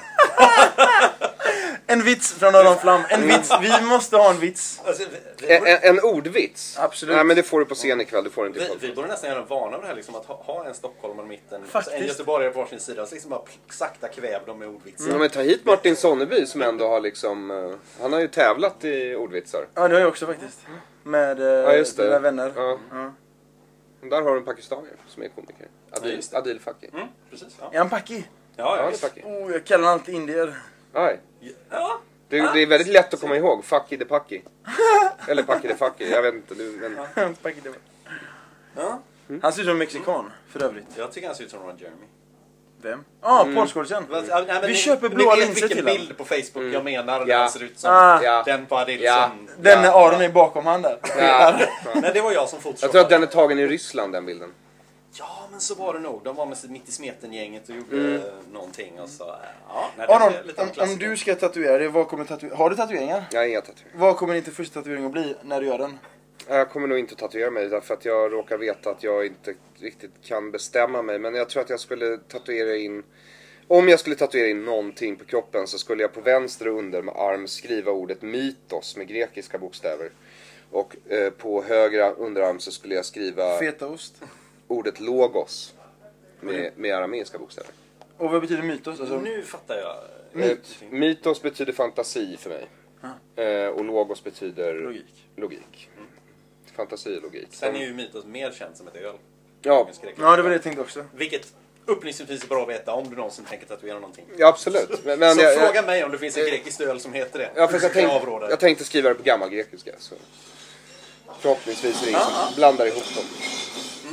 Speaker 1: En vits från Adam Flam. En vits. Vi måste ha en vits.
Speaker 2: Alltså, vi, vi,
Speaker 3: En,
Speaker 2: borde,
Speaker 3: en, en ordvits.
Speaker 1: Absolut.
Speaker 3: Nej, men det får du på scen ikväll. Du får den inte i
Speaker 2: vi,
Speaker 3: podden.
Speaker 2: vi borde nästan göra en vana av det här liksom, att ha, ha en stockholmare i mitten och
Speaker 1: Faktiskt.
Speaker 2: en göteborgare på varsin sida och så liksom bara pl- sakta kväv dem med ordvitsar.
Speaker 3: Ja, men ta hit Martin Sonneby som ändå har liksom... eh, Han har ju tävlat i ordvitsar.
Speaker 1: Ja, det har jag också faktiskt. Med eh,
Speaker 3: Ja, just det.
Speaker 1: dina vänner.
Speaker 3: Ja.
Speaker 1: Ja.
Speaker 3: Där har du en pakistanier som är komiker.
Speaker 2: Ja,
Speaker 3: Adil,
Speaker 2: just det.
Speaker 3: Adil Fakir.
Speaker 2: Mm, precis. Ja,
Speaker 1: Är han packi?
Speaker 2: ja, ja,
Speaker 3: Ja,
Speaker 2: visst.
Speaker 3: Fakir.
Speaker 1: Oh, jag kallar honom alltid indier.
Speaker 3: Aj.
Speaker 2: ja.
Speaker 3: Det, det är väldigt lätt att komma ihåg. Fucky the Pucky. Eller Pucky the Fucky. Jag vet inte. Du, men...
Speaker 1: Paki, det var-
Speaker 2: ja.
Speaker 1: han ser ut som en mexikan, för övrigt.
Speaker 2: Jag tycker han ser ut som Ron Jeremy.
Speaker 1: Vem? Ja, ah,
Speaker 3: Mm.
Speaker 1: porrskådisen.
Speaker 2: Men, ja, nej, men
Speaker 1: Vi
Speaker 2: ni-
Speaker 1: köper
Speaker 2: ni
Speaker 1: blåa
Speaker 2: vet
Speaker 1: linser till
Speaker 2: vilken
Speaker 1: honom.
Speaker 2: bild på Facebook jag menar när
Speaker 3: Ja.
Speaker 2: han ser ut som
Speaker 1: Ah.
Speaker 3: Ja.
Speaker 2: den på Adil
Speaker 3: Ja.
Speaker 2: som...
Speaker 1: Den
Speaker 3: Ja.
Speaker 1: när Aron är bakom han där.
Speaker 3: Ja.
Speaker 2: Nej, det var jag som
Speaker 3: Jag tror att
Speaker 2: photoshopade.
Speaker 3: den är tagen i Ryssland, den bilden.
Speaker 2: Ja, men så var det nog. De var med sitt Mitt i smeten-gänget och gjorde eh, någonting och så... Ja, nej, det
Speaker 1: Aron,
Speaker 2: är lite av
Speaker 1: om,
Speaker 2: en
Speaker 1: om
Speaker 2: klassiker.
Speaker 1: du ska tatuera dig, vad kommer tatu- har du tatueringar?
Speaker 3: Jag har inga tatueringar.
Speaker 1: Vad kommer din första tatuering att bli när du gör den?
Speaker 3: Jag kommer nog inte att tatuera mig därför att jag råkar veta att jag inte riktigt kan bestämma mig. Men jag tror att jag skulle tatuera in... Om jag skulle tatuera in någonting på kroppen så skulle jag på vänster och under med arm skriva ordet mytos med grekiska bokstäver. Och eh, på högra underarm så skulle jag skriva
Speaker 1: Fetaost.
Speaker 3: ordet logos med, med arameiska bokstäver.
Speaker 1: Och vad betyder mytos? Alltså,
Speaker 2: Nu fattar jag.
Speaker 3: Myt. Eh, Mytos betyder fantasi för mig. Eh, och logos betyder
Speaker 1: Logik.
Speaker 3: logik. Mm. Fantasi och logik.
Speaker 2: Sen är ju Mytos mer känd som ett öl.
Speaker 3: Ja,
Speaker 2: Ingen skräck.
Speaker 1: ja, det var det jag tänkte också.
Speaker 2: Vilket upplysningsvis är bra att veta om du någonsin tänker tatuera någonting.
Speaker 3: Ja, absolut. Men, men
Speaker 2: så
Speaker 3: jag,
Speaker 2: fråga
Speaker 3: jag,
Speaker 2: mig om det finns ett grekiskt öl som heter det.
Speaker 3: jag, fast jag,
Speaker 2: kan
Speaker 3: tänk,
Speaker 2: avråda dig.
Speaker 3: jag tänkte skriva det på gammalgrekiska. Så. Förhoppningsvis är det ingen som blandar ihop dem.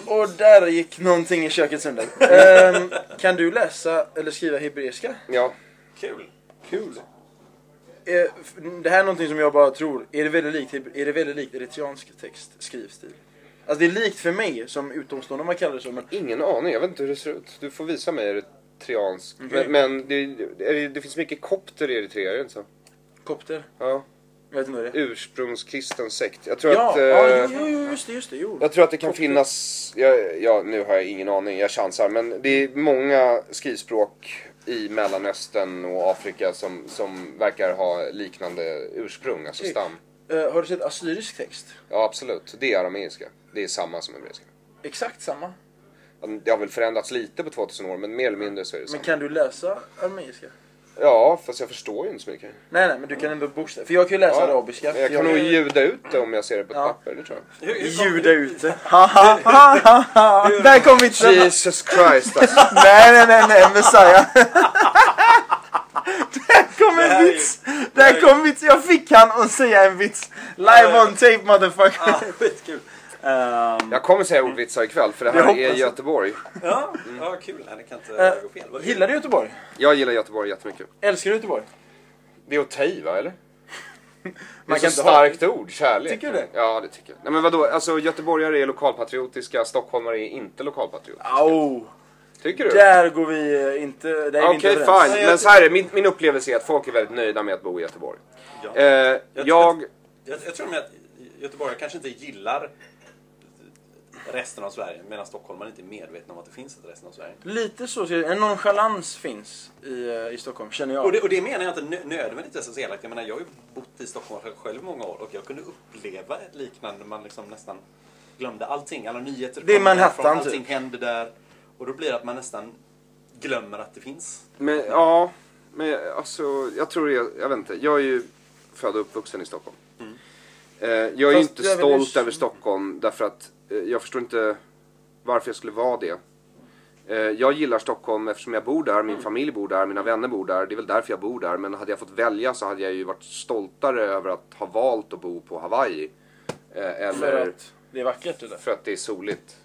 Speaker 3: Mm.
Speaker 1: Och där gick någonting i köket sönder. Ehm, kan du läsa eller skriva hebreiska?
Speaker 3: Ja,
Speaker 2: Kul.
Speaker 1: Kul. Eh, Det här är någonting som jag bara tror, är det väldigt likt, heb- är det väldigt likt eritreansk text, skrivstil? Alltså det är likt för mig som utomstående, man kallar det så, men
Speaker 3: ingen aning. Jag vet inte hur det ser ut. Du får visa mig eritreansk.
Speaker 1: Okej.
Speaker 3: Men, men det, det, det finns mycket kopter i Eritrea, är det inte så?
Speaker 1: kopter?
Speaker 3: Ja.
Speaker 1: Jag vet inte vad det är.
Speaker 3: Ursprungskristen sekt. Jag tror
Speaker 1: Ja,
Speaker 3: att... eh,
Speaker 1: ja jo, jo, just det, just det, jo.
Speaker 3: Jag tror att det kan finnas, ja, ja, nu har jag ingen aning, jag chansar, men det är många skrivspråk i Mellanöstern och Afrika som, som verkar ha liknande ursprung, alltså stam.
Speaker 1: Eh, har du sett assyrisk text?
Speaker 3: Ja, absolut. Det är arameiska. Det är samma som hebreiska.
Speaker 1: Exakt samma.
Speaker 3: Det har väl förändrats lite på 2000 år, men mer eller mindre så är det
Speaker 1: Men
Speaker 3: samma.
Speaker 1: kan du läsa arameiska?
Speaker 3: Ja, fast jag förstår ju inte så mycket.
Speaker 1: Nej, nej, men du kan ändå bokstäver. För jag kan ju läsa arabiska.
Speaker 3: men jag
Speaker 1: för
Speaker 3: kan nog
Speaker 1: jag-
Speaker 3: ljuda ut det om jag ser det på ett
Speaker 1: Ja.
Speaker 3: papper, det tror jag.
Speaker 2: Hur, hur kom-
Speaker 1: Ljuda ute. Ha, ha, ha, ha, ha. Ah, Där kom vitsen!
Speaker 3: Jesus Christ alltså.
Speaker 1: Nej, nej, nej, nej, Messiah. Där kom
Speaker 2: Det här
Speaker 1: en
Speaker 2: är ju-
Speaker 1: vits!
Speaker 2: här är
Speaker 1: Där
Speaker 2: ju-
Speaker 1: kom vits! Jag fick han att säga en vits! Live on tape motherfucker!
Speaker 2: Ah, skitkul. Ehm,
Speaker 3: Jag kommer säga ordvitsar ikväll för det
Speaker 1: Jag
Speaker 3: här
Speaker 1: hoppas
Speaker 3: är
Speaker 1: det.
Speaker 3: Göteborg.
Speaker 2: ja, ja, kul. Nej, Det kan inte
Speaker 1: Eh,
Speaker 2: gå fel. Vad-
Speaker 1: Gillar du Göteborg?
Speaker 3: Jag gillar Göteborg jättemycket.
Speaker 1: Älskar du Göteborg?
Speaker 3: Det är att ta i, va, eller?
Speaker 1: Man
Speaker 3: det
Speaker 1: kan
Speaker 3: är så
Speaker 1: inte ha-
Speaker 3: starkt ord, kärlek.
Speaker 1: Tycker du det?
Speaker 3: Ja, det tycker jag. Nej men vadå, alltså göteborgare är lokalpatriotiska, stockholmare är inte lokalpatriotiska.
Speaker 1: Au!
Speaker 3: Tycker du?
Speaker 1: Där går vi eh, inte... Där är vi inte
Speaker 3: Okej,
Speaker 1: överens.
Speaker 3: fine. Men så här är det, min, min upplevelse är att folk är väldigt nöjda med att bo i Göteborg.
Speaker 2: Ja.
Speaker 3: Eh, jag...
Speaker 2: Jag, jag tror med att göteborgare kanske inte gillar resten av Sverige medan stockholmare inte är medvetna om att det finns ett resten av Sverige.
Speaker 1: Lite så, ser jag. en nonchalans finns i, eh, i Stockholm, känner jag.
Speaker 2: Och det, och det menar jag inte nö- nödvändigtvis är så elakt. Jag menar, jag har ju bott i Stockholm själv i många år och jag kunde uppleva ett liknande. Man liksom nästan glömde allting. Alla nyheter
Speaker 1: Det är
Speaker 2: kom därifrån,
Speaker 1: Manhattan, typ.
Speaker 2: Allting hände där. Och då blir det att man nästan glömmer att det finns.
Speaker 3: Men, ja, men alltså, jag tror jag, jag vet inte. Jag är ju född och uppvuxen i Stockholm. Eh, jag är ju
Speaker 1: Mm. Fast
Speaker 3: inte
Speaker 1: jag vill
Speaker 3: stolt
Speaker 1: ju-
Speaker 3: över Stockholm därför att eh, jag förstår inte varför jag skulle vara det. Eh, jag gillar Stockholm eftersom jag bor där, min
Speaker 1: Mm.
Speaker 3: familj bor där, mina vänner bor där. Det är väl därför jag bor där. Men hade jag fått välja så hade jag ju varit stoltare över att ha valt att bo på Hawaii. Eh, eller...
Speaker 1: För att det är vackert, eller?
Speaker 3: För att det är soligt.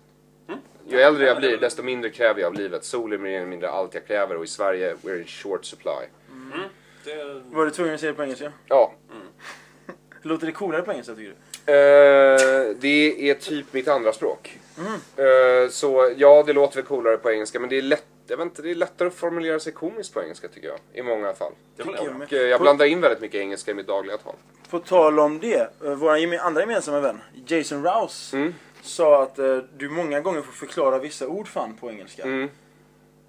Speaker 3: Ju äldre jag blir desto mindre kräver jag av livet. Sol är mer eller mindre allt jag kräver och i Sverige we're in short supply.
Speaker 2: Det...
Speaker 1: Var du tvungen att säga det på engelska?
Speaker 3: Ja.
Speaker 1: Låter det coolare på engelska, tycker du?
Speaker 3: Eh, det är typ mitt andra språk. Eh, så ja, det låter väl coolare på engelska men det är, lätt, jag vet inte, det är lättare att formulera sig komiskt på engelska tycker jag. I många fall.
Speaker 2: håller
Speaker 1: Tycker
Speaker 2: jag med.
Speaker 3: Och, eh, jag
Speaker 1: På-
Speaker 3: blandar in väldigt mycket engelska i mitt dagliga tal.
Speaker 1: På tal om det, eh, vår geme- andra gemensamma vän, Jason Rouse, sa att eh, du många gånger får förklara vissa ord fan på engelska.
Speaker 3: Mm.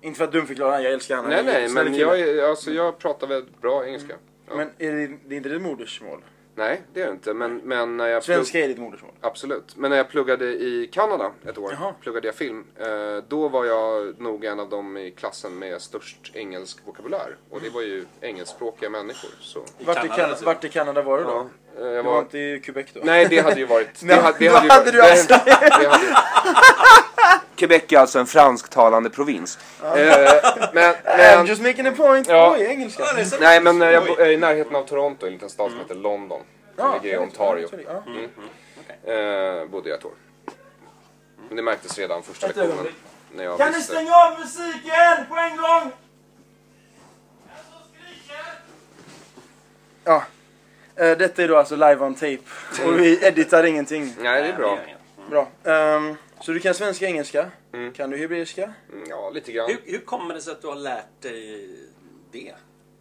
Speaker 1: Inte för att dumförklara han, jag älskar han.
Speaker 3: Nej
Speaker 1: han är en
Speaker 3: nej,
Speaker 1: snäll
Speaker 3: men
Speaker 1: kille.
Speaker 3: jag, är- alltså, jag pratar väldigt bra engelska. Ja.
Speaker 1: Men är det, det är inte ditt modersmål?
Speaker 3: Nej, det är det inte. Men, men när jag... plugg-
Speaker 1: Svenska är ditt modersmål.
Speaker 3: Absolut. Men när jag pluggade i Kanada ett år,
Speaker 1: Jaha.
Speaker 3: pluggade jag film. Eh, då var jag nog en av dem i klassen med störst engelsk vokabulär. Och det var ju engelskspråkiga människor. Så.
Speaker 1: Vart i,
Speaker 2: Kanada,
Speaker 1: kan,
Speaker 2: alltså.
Speaker 1: vart i Kanada var du då?
Speaker 3: Eh, jag
Speaker 1: Du var
Speaker 3: var...
Speaker 1: inte i Quebec då?
Speaker 3: Nej, det hade ju varit...
Speaker 1: Nej,
Speaker 3: Det hade, det
Speaker 1: då
Speaker 3: hade, ju
Speaker 1: hade
Speaker 3: varit,
Speaker 1: du alltså-
Speaker 3: nej, det hade ju... Quebec är alltså en fransktalande provins. Eh, men,
Speaker 1: I'm
Speaker 3: men,
Speaker 1: just making a point!
Speaker 3: Ja.
Speaker 1: Oj, engelska!
Speaker 2: Ja, det är så-
Speaker 3: nej, men eh, jag
Speaker 2: Oj.
Speaker 3: bo- jag är i närheten av Toronto, en liten stad som heter London. Som
Speaker 1: Mm. Ja, Mm.
Speaker 3: ligger i
Speaker 1: ja,
Speaker 3: Ontario.
Speaker 1: sorry, ja.
Speaker 3: Eh, bodde jag ett år. Men det märktes redan första
Speaker 1: Ett
Speaker 3: lektionen.
Speaker 1: ögonblick.
Speaker 3: När jag
Speaker 1: Kan ni
Speaker 3: visste.
Speaker 1: stänga av musiken på en gång? Ja. Eh, Detta är då alltså live on tape. Och vi editar ingenting.
Speaker 3: Nej, det är bra.
Speaker 1: Bra. Ehm, så du kan svenska och engelska? Kan du hebreiska?
Speaker 3: Mm, Ja, lite grann.
Speaker 2: Hur, hur kommer det sig att du har lärt dig det?
Speaker 3: Ah!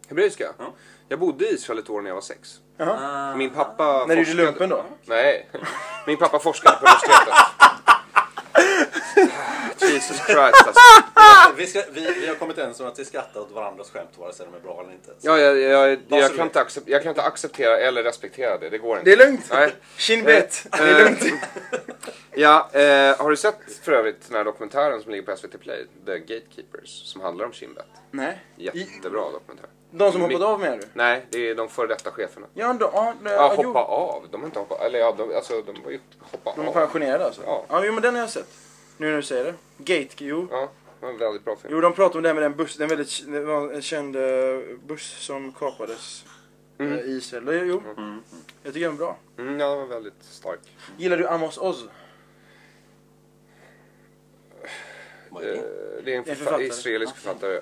Speaker 3: Hebreiska?
Speaker 2: Ja.
Speaker 3: Jag bodde i Israel ett år när jag var sex.
Speaker 1: Jaha.
Speaker 2: Ah,
Speaker 3: Min pappa
Speaker 1: När du gjorde lumpen då?
Speaker 3: Nej. Min pappa forskade på universitetet. Jesus Christ alltså.
Speaker 2: vi, ska, vi, vi har kommit överens om att vi skrattar åt varandras skämt vare sig de är bra eller inte.
Speaker 3: Ja, jag, jag, jag,
Speaker 2: Varsågod.
Speaker 3: kan inte accep- jag kan inte acceptera eller respektera det. Det går inte.
Speaker 1: Det är lugnt.
Speaker 3: Nej.
Speaker 1: Shin bet. Det är
Speaker 3: Eh,
Speaker 1: lugnt.
Speaker 3: Ja, eh, har du sett för övrigt den här dokumentären som ligger på SVT Play? The Gatekeepers. Som handlar om Shinbet.
Speaker 1: Nej.
Speaker 3: Jättebra dokumentär.
Speaker 1: De som
Speaker 3: Mi-
Speaker 1: hoppat av med du?
Speaker 3: Nej, det är de före detta cheferna.
Speaker 1: Ja, de, ja, de,
Speaker 3: Ja,
Speaker 1: ja, Eh, jo.
Speaker 3: hoppa av. De har inte hoppat Eller ja, de, alltså, de var ju hoppa
Speaker 1: De är
Speaker 3: av.
Speaker 1: pensionerade alltså?
Speaker 3: Ja.
Speaker 1: Ja, jo men den har jag sett. Nu när du säger det. Gate, jo.
Speaker 3: Ja, det var en väldigt bra film.
Speaker 1: Jo, de pratade om det här med den buss, den väldigt det var en känd eh, buss som kapades eh, i Israel. Jo, Jo, jag tycker den är bra.
Speaker 3: Mm, ja, den var väldigt stark.
Speaker 1: Gillar du Amos Oz?
Speaker 2: Vad är det?
Speaker 3: Eh, Det är en
Speaker 1: En
Speaker 3: förfa-
Speaker 1: författare.
Speaker 3: israelisk författare.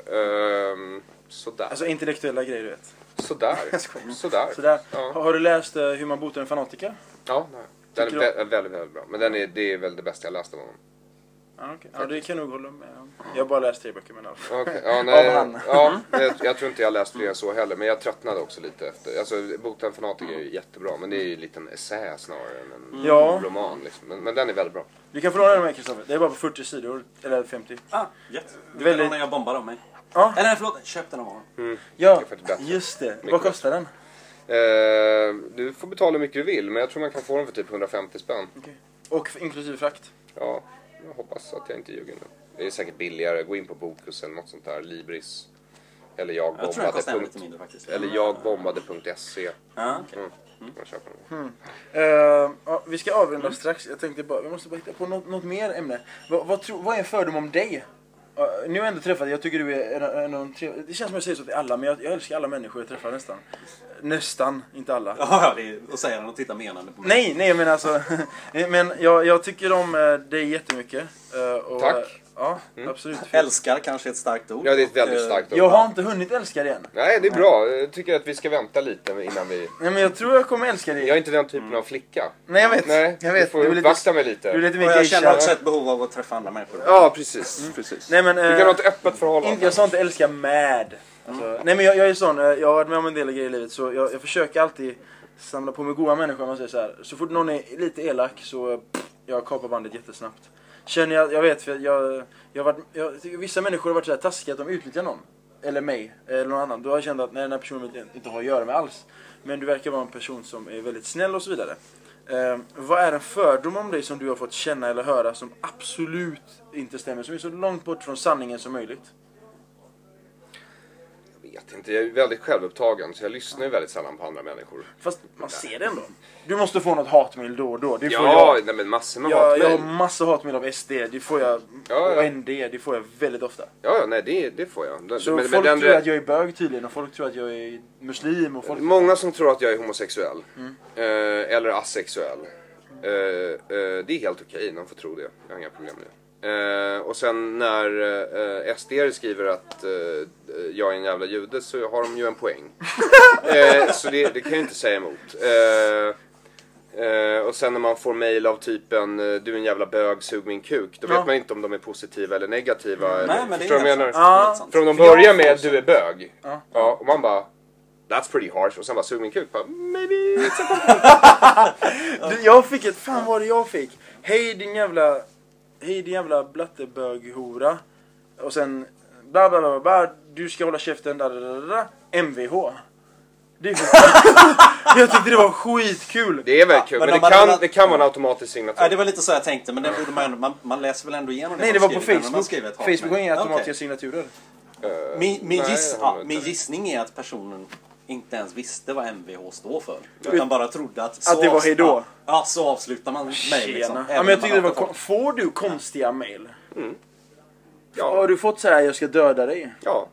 Speaker 3: Ehm, sådär.
Speaker 1: Alltså intellektuella grejer du vet.
Speaker 3: sådär. Mm. sådär.
Speaker 1: Sådär.
Speaker 3: Ja,
Speaker 1: Har, har du läst eh, Hur man botar en fanatiker?
Speaker 3: ja nej. den är
Speaker 1: Tycker
Speaker 3: vä-
Speaker 1: du-
Speaker 3: väldigt, väldigt, bra. Men den är, det är väl det bästa jag läst av honom.
Speaker 1: Ja, okej. ja, det kan jag nog hålla med om. Jag har bara läst tre böcker men i alla fall.
Speaker 3: Okej, Ja, nej,
Speaker 1: Av han.
Speaker 3: ja, jag, jag tror inte jag läst fler än så heller. Men jag tröttnade också lite efter. Alltså, Boten fanatiker är ju jättebra. Men det är ju en liten essä snarare än en
Speaker 1: Ja.
Speaker 3: roman. Liksom. Men, men den är väldigt bra.
Speaker 1: Du kan få låna den med Kristoffer. Det är bara på 40 sidor, eller 50.
Speaker 2: Ah, jätte. Du
Speaker 1: Väldigt-
Speaker 2: vet den när jag bombade om mig?
Speaker 1: Ja.
Speaker 2: Eller nej, förlåt, köp den av honom.
Speaker 1: Ja,
Speaker 3: får inte bättre.
Speaker 1: just det. Vad
Speaker 3: Mycket
Speaker 1: kostar den?
Speaker 3: Eh, du får betala hur mycket du vill. Men jag tror man kan få den för typ 150 spänn.
Speaker 1: Och f- inklusive frakt.
Speaker 3: Ja, jag hoppas att jag inte ljuger nu. Det är säkert billigare. Gå in på Bokus eller något sånt där. Libris. Eller jag
Speaker 2: Jag tror den
Speaker 3: bombade.
Speaker 2: kostar ännu
Speaker 3: punkt-
Speaker 2: lite mindre faktiskt.
Speaker 3: Eller jag bombade.se.
Speaker 2: Ja, okej.
Speaker 3: Mm. Jag köper den.
Speaker 1: Eh, ja, vi ska
Speaker 3: Mm.
Speaker 1: avrunda strax. Jag tänkte bara, vi måste bara hitta på något, något mer ämne. Vad, vad, tro, vad är en fördom om dig? Ja, nu har jag ändå träffat dig. Jag tycker du är en, en av de trevliga. Det känns som jag säger så till alla, men jag, jag älskar alla människor jag träffar nästan. Nästan, inte alla.
Speaker 2: Ja, ja, det är, och säger han och tittar menande på mig.
Speaker 1: Nej, nej men alltså. men jag, jag tycker om eh, dig jättemycket. Eh, och,
Speaker 3: Tack. Mm.
Speaker 1: eh, Ja, absolut.
Speaker 2: Älskar kanske är ett starkt ord.
Speaker 3: Ja, det är ett
Speaker 2: Och,
Speaker 3: väldigt
Speaker 2: eh,
Speaker 3: starkt ord.
Speaker 1: Jag har inte hunnit älska dig än.
Speaker 3: Nej, det är bra. Jag tycker att vi ska vänta lite innan vi...
Speaker 1: Nej men jag tror jag kommer älska dig.
Speaker 3: Jag är inte den typen av flicka.
Speaker 1: Nej jag vet.
Speaker 3: Nej,
Speaker 1: jag
Speaker 3: du
Speaker 1: vet.
Speaker 3: får
Speaker 1: Du är lite,
Speaker 3: uppvakta mig lite.
Speaker 1: du är lite
Speaker 2: Och jag
Speaker 1: mer
Speaker 2: känner också
Speaker 1: geisha.
Speaker 2: ett behov av att träffa andra människor.
Speaker 3: Ja, precis. Mm, precis.
Speaker 1: Nej men...
Speaker 3: vi
Speaker 1: eh,
Speaker 3: kan ha ett öppet
Speaker 1: Inte,
Speaker 3: förhållande.
Speaker 1: jag sa inte älska med. Alltså, Nej men jag, jag är sån, eh, jag har varit med om en del grejer i livet så jag, jag försöker alltid samla på mig goda människor om man säger så här. Så fort någon är lite elak så eh, pff, jag kapar bandet jättesnabbt. Känner jag, jag vet för jag, jag, har varit, jag tycker vissa människor har varit så här taskiga att de utnyttjar någon. Eller mig, eller någon annan. Då har jag känt att nej, den här personen vill jag inte har att göra med alls. Men du verkar vara en person som är väldigt snäll och så vidare. Eh, vad är en fördom om dig som du har fått känna eller höra som absolut inte stämmer? Som är så långt bort från sanningen som möjligt?
Speaker 3: Jag vet inte, jag är väldigt självupptagen så jag lyssnar ju väldigt sällan på andra människor.
Speaker 1: Fast man ser det ändå. Du måste få något hatmejl då och då. Det får
Speaker 3: Ja,
Speaker 1: jag.
Speaker 3: nej, men massor med
Speaker 1: Jag, jag har
Speaker 3: hatmejl.
Speaker 1: massa hatmejl av SD. Det får jag.
Speaker 3: Ja, ja.
Speaker 1: Och ND. Det får jag väldigt ofta.
Speaker 3: Ja, ja, nej det, det får jag. Den-
Speaker 1: Så
Speaker 3: men- men
Speaker 1: folk
Speaker 3: den-
Speaker 1: tror att jag är bög tydligen och folk tror att jag är muslim och folk...
Speaker 3: Många som tror att jag är homosexuell. Eh, eller asexuell. Eh, eh, det är helt okej, de får tro det. Jag har inga problem med det. Eh, och sen när eh, SD skriver att eh, jag är en jävla jude så har de ju en poäng. eh, så det, det kan jag inte säga emot. Eh, Eh, och sen när man får mail av typen eh, du är en jävla bög, sug min kuk. Då
Speaker 1: Ja.
Speaker 3: vet man inte om de är positiva eller negativa. eller,
Speaker 2: Nej, men det är
Speaker 3: förstår du vad jag
Speaker 2: helt sant.
Speaker 3: menar?
Speaker 1: Ja.
Speaker 2: Helt sant.
Speaker 3: För om de
Speaker 1: För jag
Speaker 3: börjar
Speaker 1: får
Speaker 3: med
Speaker 1: så.
Speaker 3: du är bög.
Speaker 1: Ja.
Speaker 3: Ja. och man bara That's pretty harsh. Och sen bara sug min kuk. Bara, Maybe it's a
Speaker 1: Du, jag fick ett... Fan vad var det jag fick? Hej din jävla... Hej din jävla blatteböghora. Och sen... Bla bla bla bla. Du ska hålla käften. Da, da, da, da, da. MVH. Det är för... jag tyckte det var skitkul.
Speaker 3: Det är väl kul.
Speaker 2: men
Speaker 3: Men,
Speaker 2: om
Speaker 3: det,
Speaker 2: man-
Speaker 3: kan,
Speaker 2: man-
Speaker 3: det kan vara en automatisk
Speaker 2: Ja,
Speaker 3: signatur.
Speaker 2: det var lite så jag tänkte, men den borde man, ändå- man, man läser väl ändå igenom det
Speaker 1: Nej det
Speaker 2: man
Speaker 1: var på
Speaker 2: skriver, även om man
Speaker 1: Facebook.
Speaker 2: skriver ett hatmejl.
Speaker 1: Facebook har inga automatiska
Speaker 2: Okej.
Speaker 1: signaturer.
Speaker 3: Eh,
Speaker 2: Min, min,
Speaker 3: Nej,
Speaker 2: giss,
Speaker 3: jag har
Speaker 2: ja,
Speaker 3: inte.
Speaker 2: min gissning är att personen inte ens visste vad MVH står för. Utan bara trodde att...
Speaker 1: Att det var
Speaker 2: avs-
Speaker 1: hejdå.
Speaker 2: Ja, Ja, så avslutar man mejl liksom.
Speaker 1: Tjena. Ja, men
Speaker 2: Även
Speaker 1: jag
Speaker 2: om man
Speaker 1: tycker det var
Speaker 2: hatar
Speaker 1: kon- Får du konstiga mail? Har
Speaker 3: Ja.
Speaker 1: du fått så här jag ska döda dig?
Speaker 3: ja.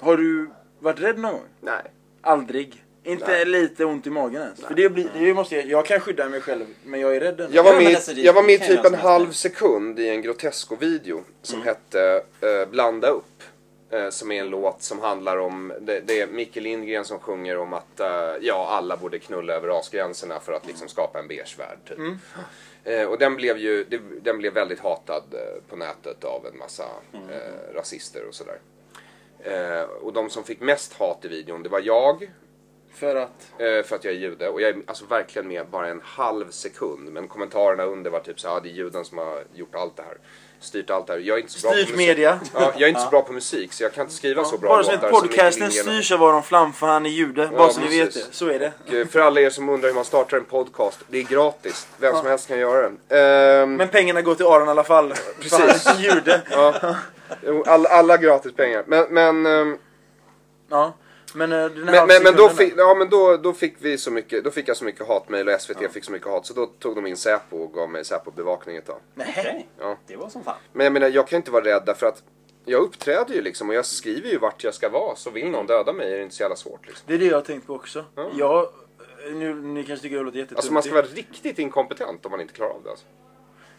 Speaker 1: Har du varit rädd någon gång?
Speaker 3: Nej.
Speaker 1: Aldrig. Inte
Speaker 3: Nej.
Speaker 1: lite ont i magen ens. För det blir, det måste jag, jag kan skydda mig själv, men jag är rädd ändå.
Speaker 3: Jag
Speaker 2: Ja,
Speaker 3: var
Speaker 2: men
Speaker 3: med,
Speaker 2: alltså, det-
Speaker 3: jag var
Speaker 2: det Mm.
Speaker 3: med
Speaker 2: kan
Speaker 3: typ
Speaker 2: jag
Speaker 3: en
Speaker 2: som helst.
Speaker 3: halv sekund i en Grotesco-video som hette eh, Blanda upp. eh, som är en låt som handlar om, det, det är Micke Lindgren som sjunger om att eh, ja, alla borde knulla över rasgränserna för att liksom skapa en beige värld. Typ.
Speaker 2: Mm.
Speaker 3: Eh, och den blev ju, det, den blev väldigt hatad eh, på nätet av en massa
Speaker 2: Mm.
Speaker 3: eh, rasister och sådär. Eh, och de som fick mest hat i videon, det var jag,
Speaker 1: För att...
Speaker 3: Eh, för att jag är jude. Och jag är alltså verkligen med bara en halv sekund. Men kommentarerna under var typ så här, ah, det är juden som har gjort allt det här. Styrt allt det här. Jag är inte så bra
Speaker 1: Styrt
Speaker 3: på musik.
Speaker 1: media.
Speaker 3: Ja, jag är inte så bra på musik så jag kan inte skriva så bra
Speaker 1: Bara som att
Speaker 3: som Micke
Speaker 1: podcasten
Speaker 3: Lindgren.
Speaker 1: styrs av Aron Flam för han är jude. bara så ni vet
Speaker 3: precis.
Speaker 1: det. Så är det.
Speaker 3: Och, eh, För alla er som undrar hur man startar en podcast, det är gratis. Vem som helst kan göra den. Ehm,
Speaker 1: Men pengarna går till Aron i alla fall. För han
Speaker 3: Precis.
Speaker 1: är jude.
Speaker 3: ja. Jo, all, alla gratis pengar. Men, men, ehm,
Speaker 1: Ja. Men eh, den här
Speaker 3: men, men, men, då,
Speaker 1: sekunden
Speaker 3: fick, ja, men då, då fick vi så mycket, då fick jag så mycket hatmejl och SVT fick så mycket hat så då tog de in Säpo och gav mig Säpo-bevakning ett tag.
Speaker 1: Nej.
Speaker 2: Okej,
Speaker 3: Ja.
Speaker 2: det var som fan.
Speaker 3: Men jag menar, jag kan inte vara rädd därför att jag uppträder ju liksom och jag skriver ju vart jag ska vara. Så vill någon döda mig är det inte så jävla svårt liksom.
Speaker 1: Det är det jag har tänkt på också. Jag... Nu, ni kanske tycker jag låter jättetuntig.
Speaker 3: Alltså man ska vara riktigt inkompetent om man inte klarar av det alltså.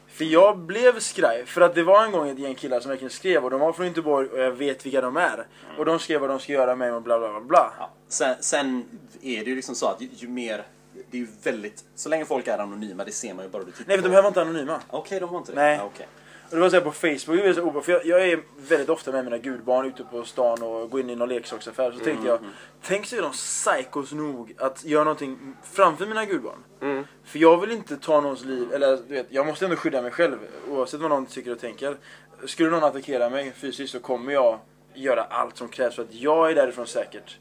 Speaker 1: För jag blev skraj, för att det var en gång ett gäng killar som verkligen skrev och de var från Göteborg och jag vet vilka de är.
Speaker 3: Mm.
Speaker 1: Och de skrev vad de ska göra med mig och bla bla bla bla.
Speaker 2: Ja. Sen, sen är det ju liksom så att ju, ju mer... Det är ju väldigt... Så länge folk är anonyma, det ser man ju bara du tittar
Speaker 1: Nej för de
Speaker 2: på-
Speaker 1: här var inte anonyma.
Speaker 2: Okej, de var inte det.
Speaker 1: Nej.
Speaker 2: Ja, okej.
Speaker 1: Och det var såhär på Facebook, det var så obehagligt, för jag, jag är väldigt ofta med mina gudbarn ute på stan och går in i någon leksaksaffär. Så tänkte jag, tänk så är de psykos nog att göra någonting framför mina gudbarn. För jag vill inte ta någons liv, eller du vet, jag måste ändå skydda mig själv oavsett vad någon tycker och tänker. Skulle någon attackera mig fysiskt så kommer jag göra allt som krävs för att jag är därifrån säkert.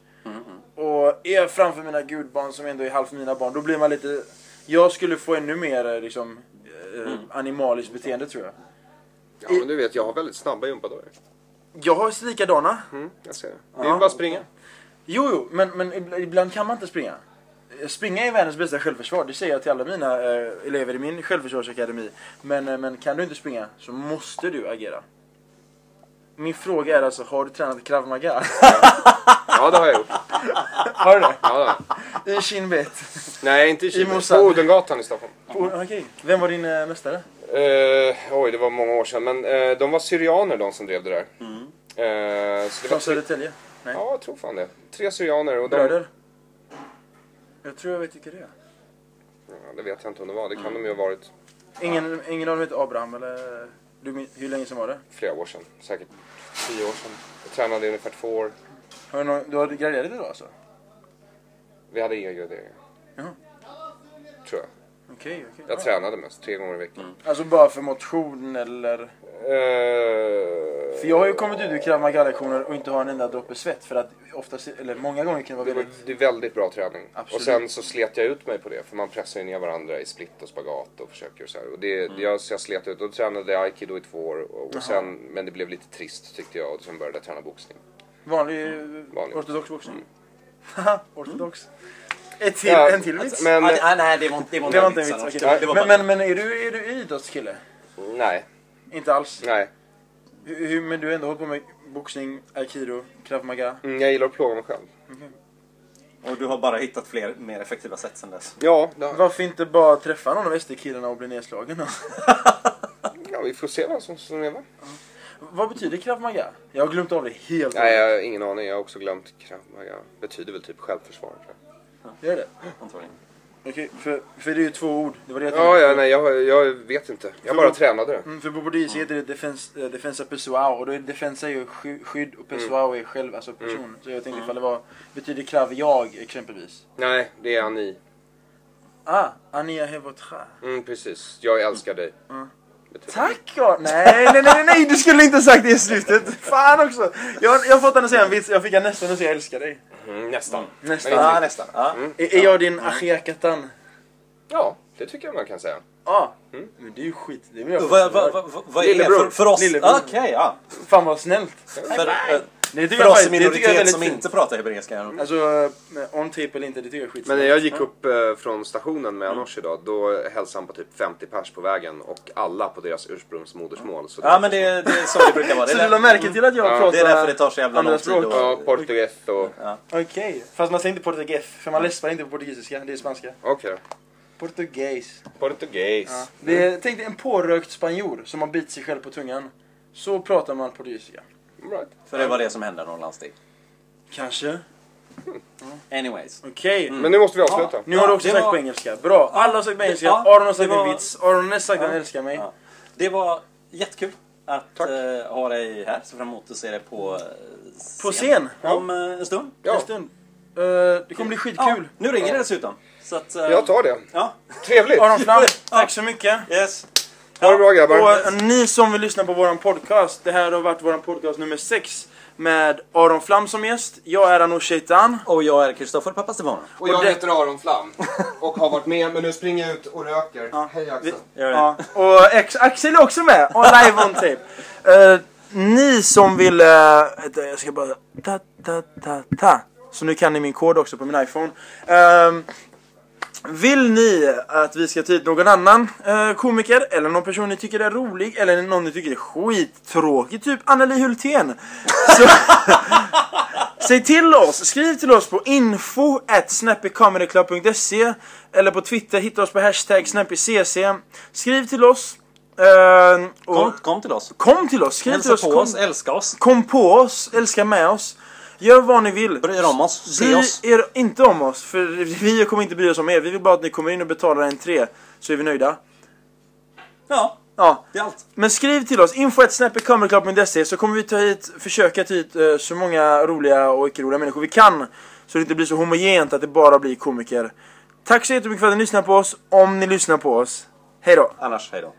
Speaker 1: Och är jag framför mina gudbarn som ändå är halvt mina barn, då blir man lite... Jag skulle få ännu mer eh, liksom, eh, animaliskt beteende tror jag.
Speaker 3: Ja men du vet, jag har väldigt snabba gympadojor.
Speaker 1: Jag har likadana.
Speaker 3: Mm, jag ser det. Det är
Speaker 1: Ja.
Speaker 3: ju bara att springa.
Speaker 1: Jo, jo, men, men ibl- ibland kan man inte springa. Eh, Springa är världens bästa självförsvar, det säger jag till alla mina eh, elever i min självförsvarsakademi. Men, eh, men kan du inte springa så måste du agera. Min fråga är alltså, har du tränat krav maga?
Speaker 3: Ja, det har jag gjort.
Speaker 1: har du det?
Speaker 3: Ja, det har jag.
Speaker 1: I Kinbet?
Speaker 3: Nej, inte i Kina. På
Speaker 1: Mossan.
Speaker 3: Odengatan i Stockholm.
Speaker 1: Okej. Vem var din eh, mästare?
Speaker 3: Eh, oj, det var många år sedan. Men eh, de var syrianer de som drev det där.
Speaker 1: Mm.
Speaker 3: Eh, så det var
Speaker 1: Från
Speaker 3: tre,
Speaker 1: Södertälje? Nej.
Speaker 3: ja, jag tror fan det. Tre syrianer och de...
Speaker 1: Bröder? Jag tror jag vet vilka det är.
Speaker 3: Ja, det vet jag inte om det var. Det kan de ju ha varit
Speaker 1: Ingen, ingen av dem heter Abraham eller... Du, min- hur länge sedan var det?
Speaker 3: flera år sedan. Säkert tio år sedan. Jag tränade i ungefär två år.
Speaker 1: Har du, någon, du har graderat idag alltså?
Speaker 3: Vi hade egen gradering.
Speaker 1: Jaha.
Speaker 3: Tror jag.
Speaker 1: Okej, okej.
Speaker 3: Jag tränade mest, tre gånger i veckan.
Speaker 1: Alltså bara för motion eller...
Speaker 3: Eh,
Speaker 1: För jag har ju kommit ut ur krav maga-lektioner och inte har en enda droppe svett för att oftast, eller många gånger kan det
Speaker 3: det,
Speaker 1: vara
Speaker 3: var,
Speaker 1: väldigt...
Speaker 3: det är väldigt bra träning.
Speaker 1: Absolut.
Speaker 3: Och sen så slet jag ut mig på det. För man pressar ju ner varandra i split och spagat och försöker så här. Och det,
Speaker 1: Mm.
Speaker 3: jag, så jag slet ut. Då tränade jag aikido i två år. Och, och sen, men det blev lite trist tyckte jag. Och sen började jag träna boxning.
Speaker 1: Vanlig,
Speaker 3: Mm. Vanlig.
Speaker 1: ortodox boxning. Haha, ortodox. Ett till,
Speaker 3: Ja,
Speaker 1: en till vits.
Speaker 3: Men,
Speaker 2: Ah, det- ah, nej, det var inte det var
Speaker 1: det var
Speaker 2: en
Speaker 1: inte en
Speaker 2: vits,
Speaker 1: vits,
Speaker 2: Anders.
Speaker 1: okej.
Speaker 2: Det var bara-
Speaker 1: Men, men, men är du, är du idrottskille?
Speaker 3: nej,
Speaker 1: Inte alls.
Speaker 3: nej.
Speaker 1: Hur, hur- men du har ändå hållit på med boxning, aikido, krav maga.
Speaker 3: Mm, jag gillar att plåga mig själv.
Speaker 2: Och du har bara hittat fler mer effektiva sätt sen dess.
Speaker 3: Ja, det har,
Speaker 1: Varför inte bara träffa någon av SD-killarna och bli nedslagen då?
Speaker 3: ja, vi får se vem som, som lever.
Speaker 1: Vad betyder krav maga? Jag har glömt av det helt.
Speaker 3: Nej, jag har ingen aning. Jag har också glömt krav. Jag betyder väl typ självförsvar. tror jag.
Speaker 1: Gör det?
Speaker 2: Antagligen.
Speaker 1: Okej, för, för det är ju två ord. Det var det jag
Speaker 3: Ja,
Speaker 1: tänkte
Speaker 3: ja,
Speaker 1: på.
Speaker 3: nej, jag, jag vet inte. Jag bara tränade det.
Speaker 1: Mm, för på portugis heter det defens, eh, defensa pessoal och då är defensa ju sky, skydd och pessoal är själv, alltså person. Så jag tänkte ifall det var, betyder krav jag exempelvis?
Speaker 3: Nej, det är Annie.
Speaker 1: Ah, Ania Hevotra.
Speaker 3: Mm, precis. Jag älskar dig.
Speaker 2: Mm.
Speaker 3: Betyder-
Speaker 1: Tack Karl! Nej, nej, nej, nej, du skulle inte ha sagt det i slutet! Fan också! Jag, jag fått henne att säga en vits, jag fick henne nästan att säga jag älskar dig.
Speaker 3: Mm, nästan.
Speaker 1: Nästan.
Speaker 3: Men inte
Speaker 2: Ja,
Speaker 3: riktigt.
Speaker 2: nästan. Ja.
Speaker 1: Är, är jag din achiakatan?
Speaker 3: Ja, det tycker jag man kan säga.
Speaker 1: Ja. Ah. Men det är ju skit, det vill jag
Speaker 2: Vad
Speaker 1: förklara.
Speaker 2: vad- vad- vad är det
Speaker 3: Lillebror.
Speaker 2: för, för oss?
Speaker 1: Lillebror.
Speaker 2: Ah, Okej, ja.
Speaker 1: Fan vad snällt!
Speaker 2: För, eh,
Speaker 1: Det tycker
Speaker 2: för oss i
Speaker 1: faktiskt- det tycker jag är
Speaker 2: minoritet
Speaker 1: väldigt
Speaker 2: som
Speaker 1: fint.
Speaker 2: inte pratar hebreiska.
Speaker 1: Alltså, eh, on tape eller inte, det tycker jag är skitsnällt.
Speaker 3: Men när jag gick
Speaker 2: Mm.
Speaker 3: upp eh, från stationen med Anosh idag, då hälsade han på typ 50 pers på vägen och alla på deras ursprungsmodersmål. Så
Speaker 2: Ja, men det, det är så det brukar vara. Det
Speaker 1: Så
Speaker 2: är,
Speaker 1: du la
Speaker 2: där,
Speaker 1: märke till att jag
Speaker 3: Ja.
Speaker 1: pratar
Speaker 2: det är därför det tar så jävla
Speaker 1: andra
Speaker 2: lång tid.
Speaker 1: språk.
Speaker 2: att-
Speaker 3: Ja, portugis och...
Speaker 1: Okej, fast man säger inte portugis för man läspar inte på portugisiska, det är spanska.
Speaker 3: Okej
Speaker 1: Portugis.
Speaker 3: då. Portugis.
Speaker 1: Det är, tänk dig en pårökt spanjor som har bitit sig själv på tungan. Så pratar man portugisiska.
Speaker 3: Right.
Speaker 2: För det var det som hände någonstans dit.
Speaker 1: Kanske.
Speaker 2: Anyways.
Speaker 1: Okej.
Speaker 3: Men nu måste vi avsluta.
Speaker 1: Nu har du också
Speaker 2: Mm. Ja, det
Speaker 1: sagt
Speaker 2: var-
Speaker 1: på engelska. Bra. Alla har sagt på engelska.
Speaker 2: Ja,
Speaker 1: Aron har sagt
Speaker 2: det var-
Speaker 1: en vits. Aron har nästan sagt att han älskar mig.
Speaker 2: Ja. Det var jättekul att
Speaker 3: Tack.
Speaker 2: eh, ha dig här. Så fram emot att se dig på eh, scen.
Speaker 1: På scen?
Speaker 2: Om eh, en stund.
Speaker 1: En
Speaker 3: Ja,
Speaker 1: stund. Eh, det kommer bli skitkul.
Speaker 2: Ja, nu ringer det dessutom. Så att, eh,
Speaker 3: jag tar det.
Speaker 2: Ja,
Speaker 3: Trevligt!
Speaker 1: Aron Flam, tack så mycket.
Speaker 2: yes.
Speaker 3: Ha det bra grabbar.
Speaker 1: Och eh, ni som vill lyssna på våran podcast, det här har varit våran podcast nummer 6 med Aron Flam som gäst. Jag är Anoush Sheitan.
Speaker 2: Och jag är Kristoffer Papastefanou.
Speaker 3: Och
Speaker 1: jag
Speaker 3: heter Aron Flam och har varit med men nu springer jag ut och röker. Hej Axel.
Speaker 2: Gör det.
Speaker 1: Ja. Och ex- Axel är också med! Och live on tape. Eh, ni som vill... eh, vänta, jag ska bara... Ta, ta, ta, ta. Så nu kan ni min kod också på min iPhone. Ehm, vill ni att vi ska ta hit någon annan eh, komiker eller någon person ni tycker är rolig eller någon ni tycker är skittråkig, typ Anneli Hultén. Så, säg till oss, skriv till oss på info at snappycomedyclub.se eller på Twitter, hitta oss på hashtag snappycc. Skriv till oss. eh, och
Speaker 2: Kom, kom till oss.
Speaker 1: kom till oss, skriv till
Speaker 2: Hälsa
Speaker 1: oss.
Speaker 2: på
Speaker 1: Kom,
Speaker 2: oss, älska oss,
Speaker 1: kom på oss, älska med oss. Gör vad ni vill.
Speaker 2: bry er om oss, se
Speaker 1: Bry
Speaker 2: oss.
Speaker 1: er inte om oss, för vi kommer inte bry oss om er. Vi vill bara att ni kommer in och betalar en tre, så är vi nöjda.
Speaker 2: Ja,
Speaker 1: Ja.
Speaker 2: det är allt.
Speaker 1: Men skriv till oss, info.snappycomedyclub.se så kommer vi ta hit, försöka ta hit eh, så många roliga och icke-roliga människor vi kan. Så det inte blir så homogent att det bara blir komiker. Tack så jättemycket för att ni lyssnar på oss, om ni lyssnar på oss. Hej då!
Speaker 2: Annars, hej då.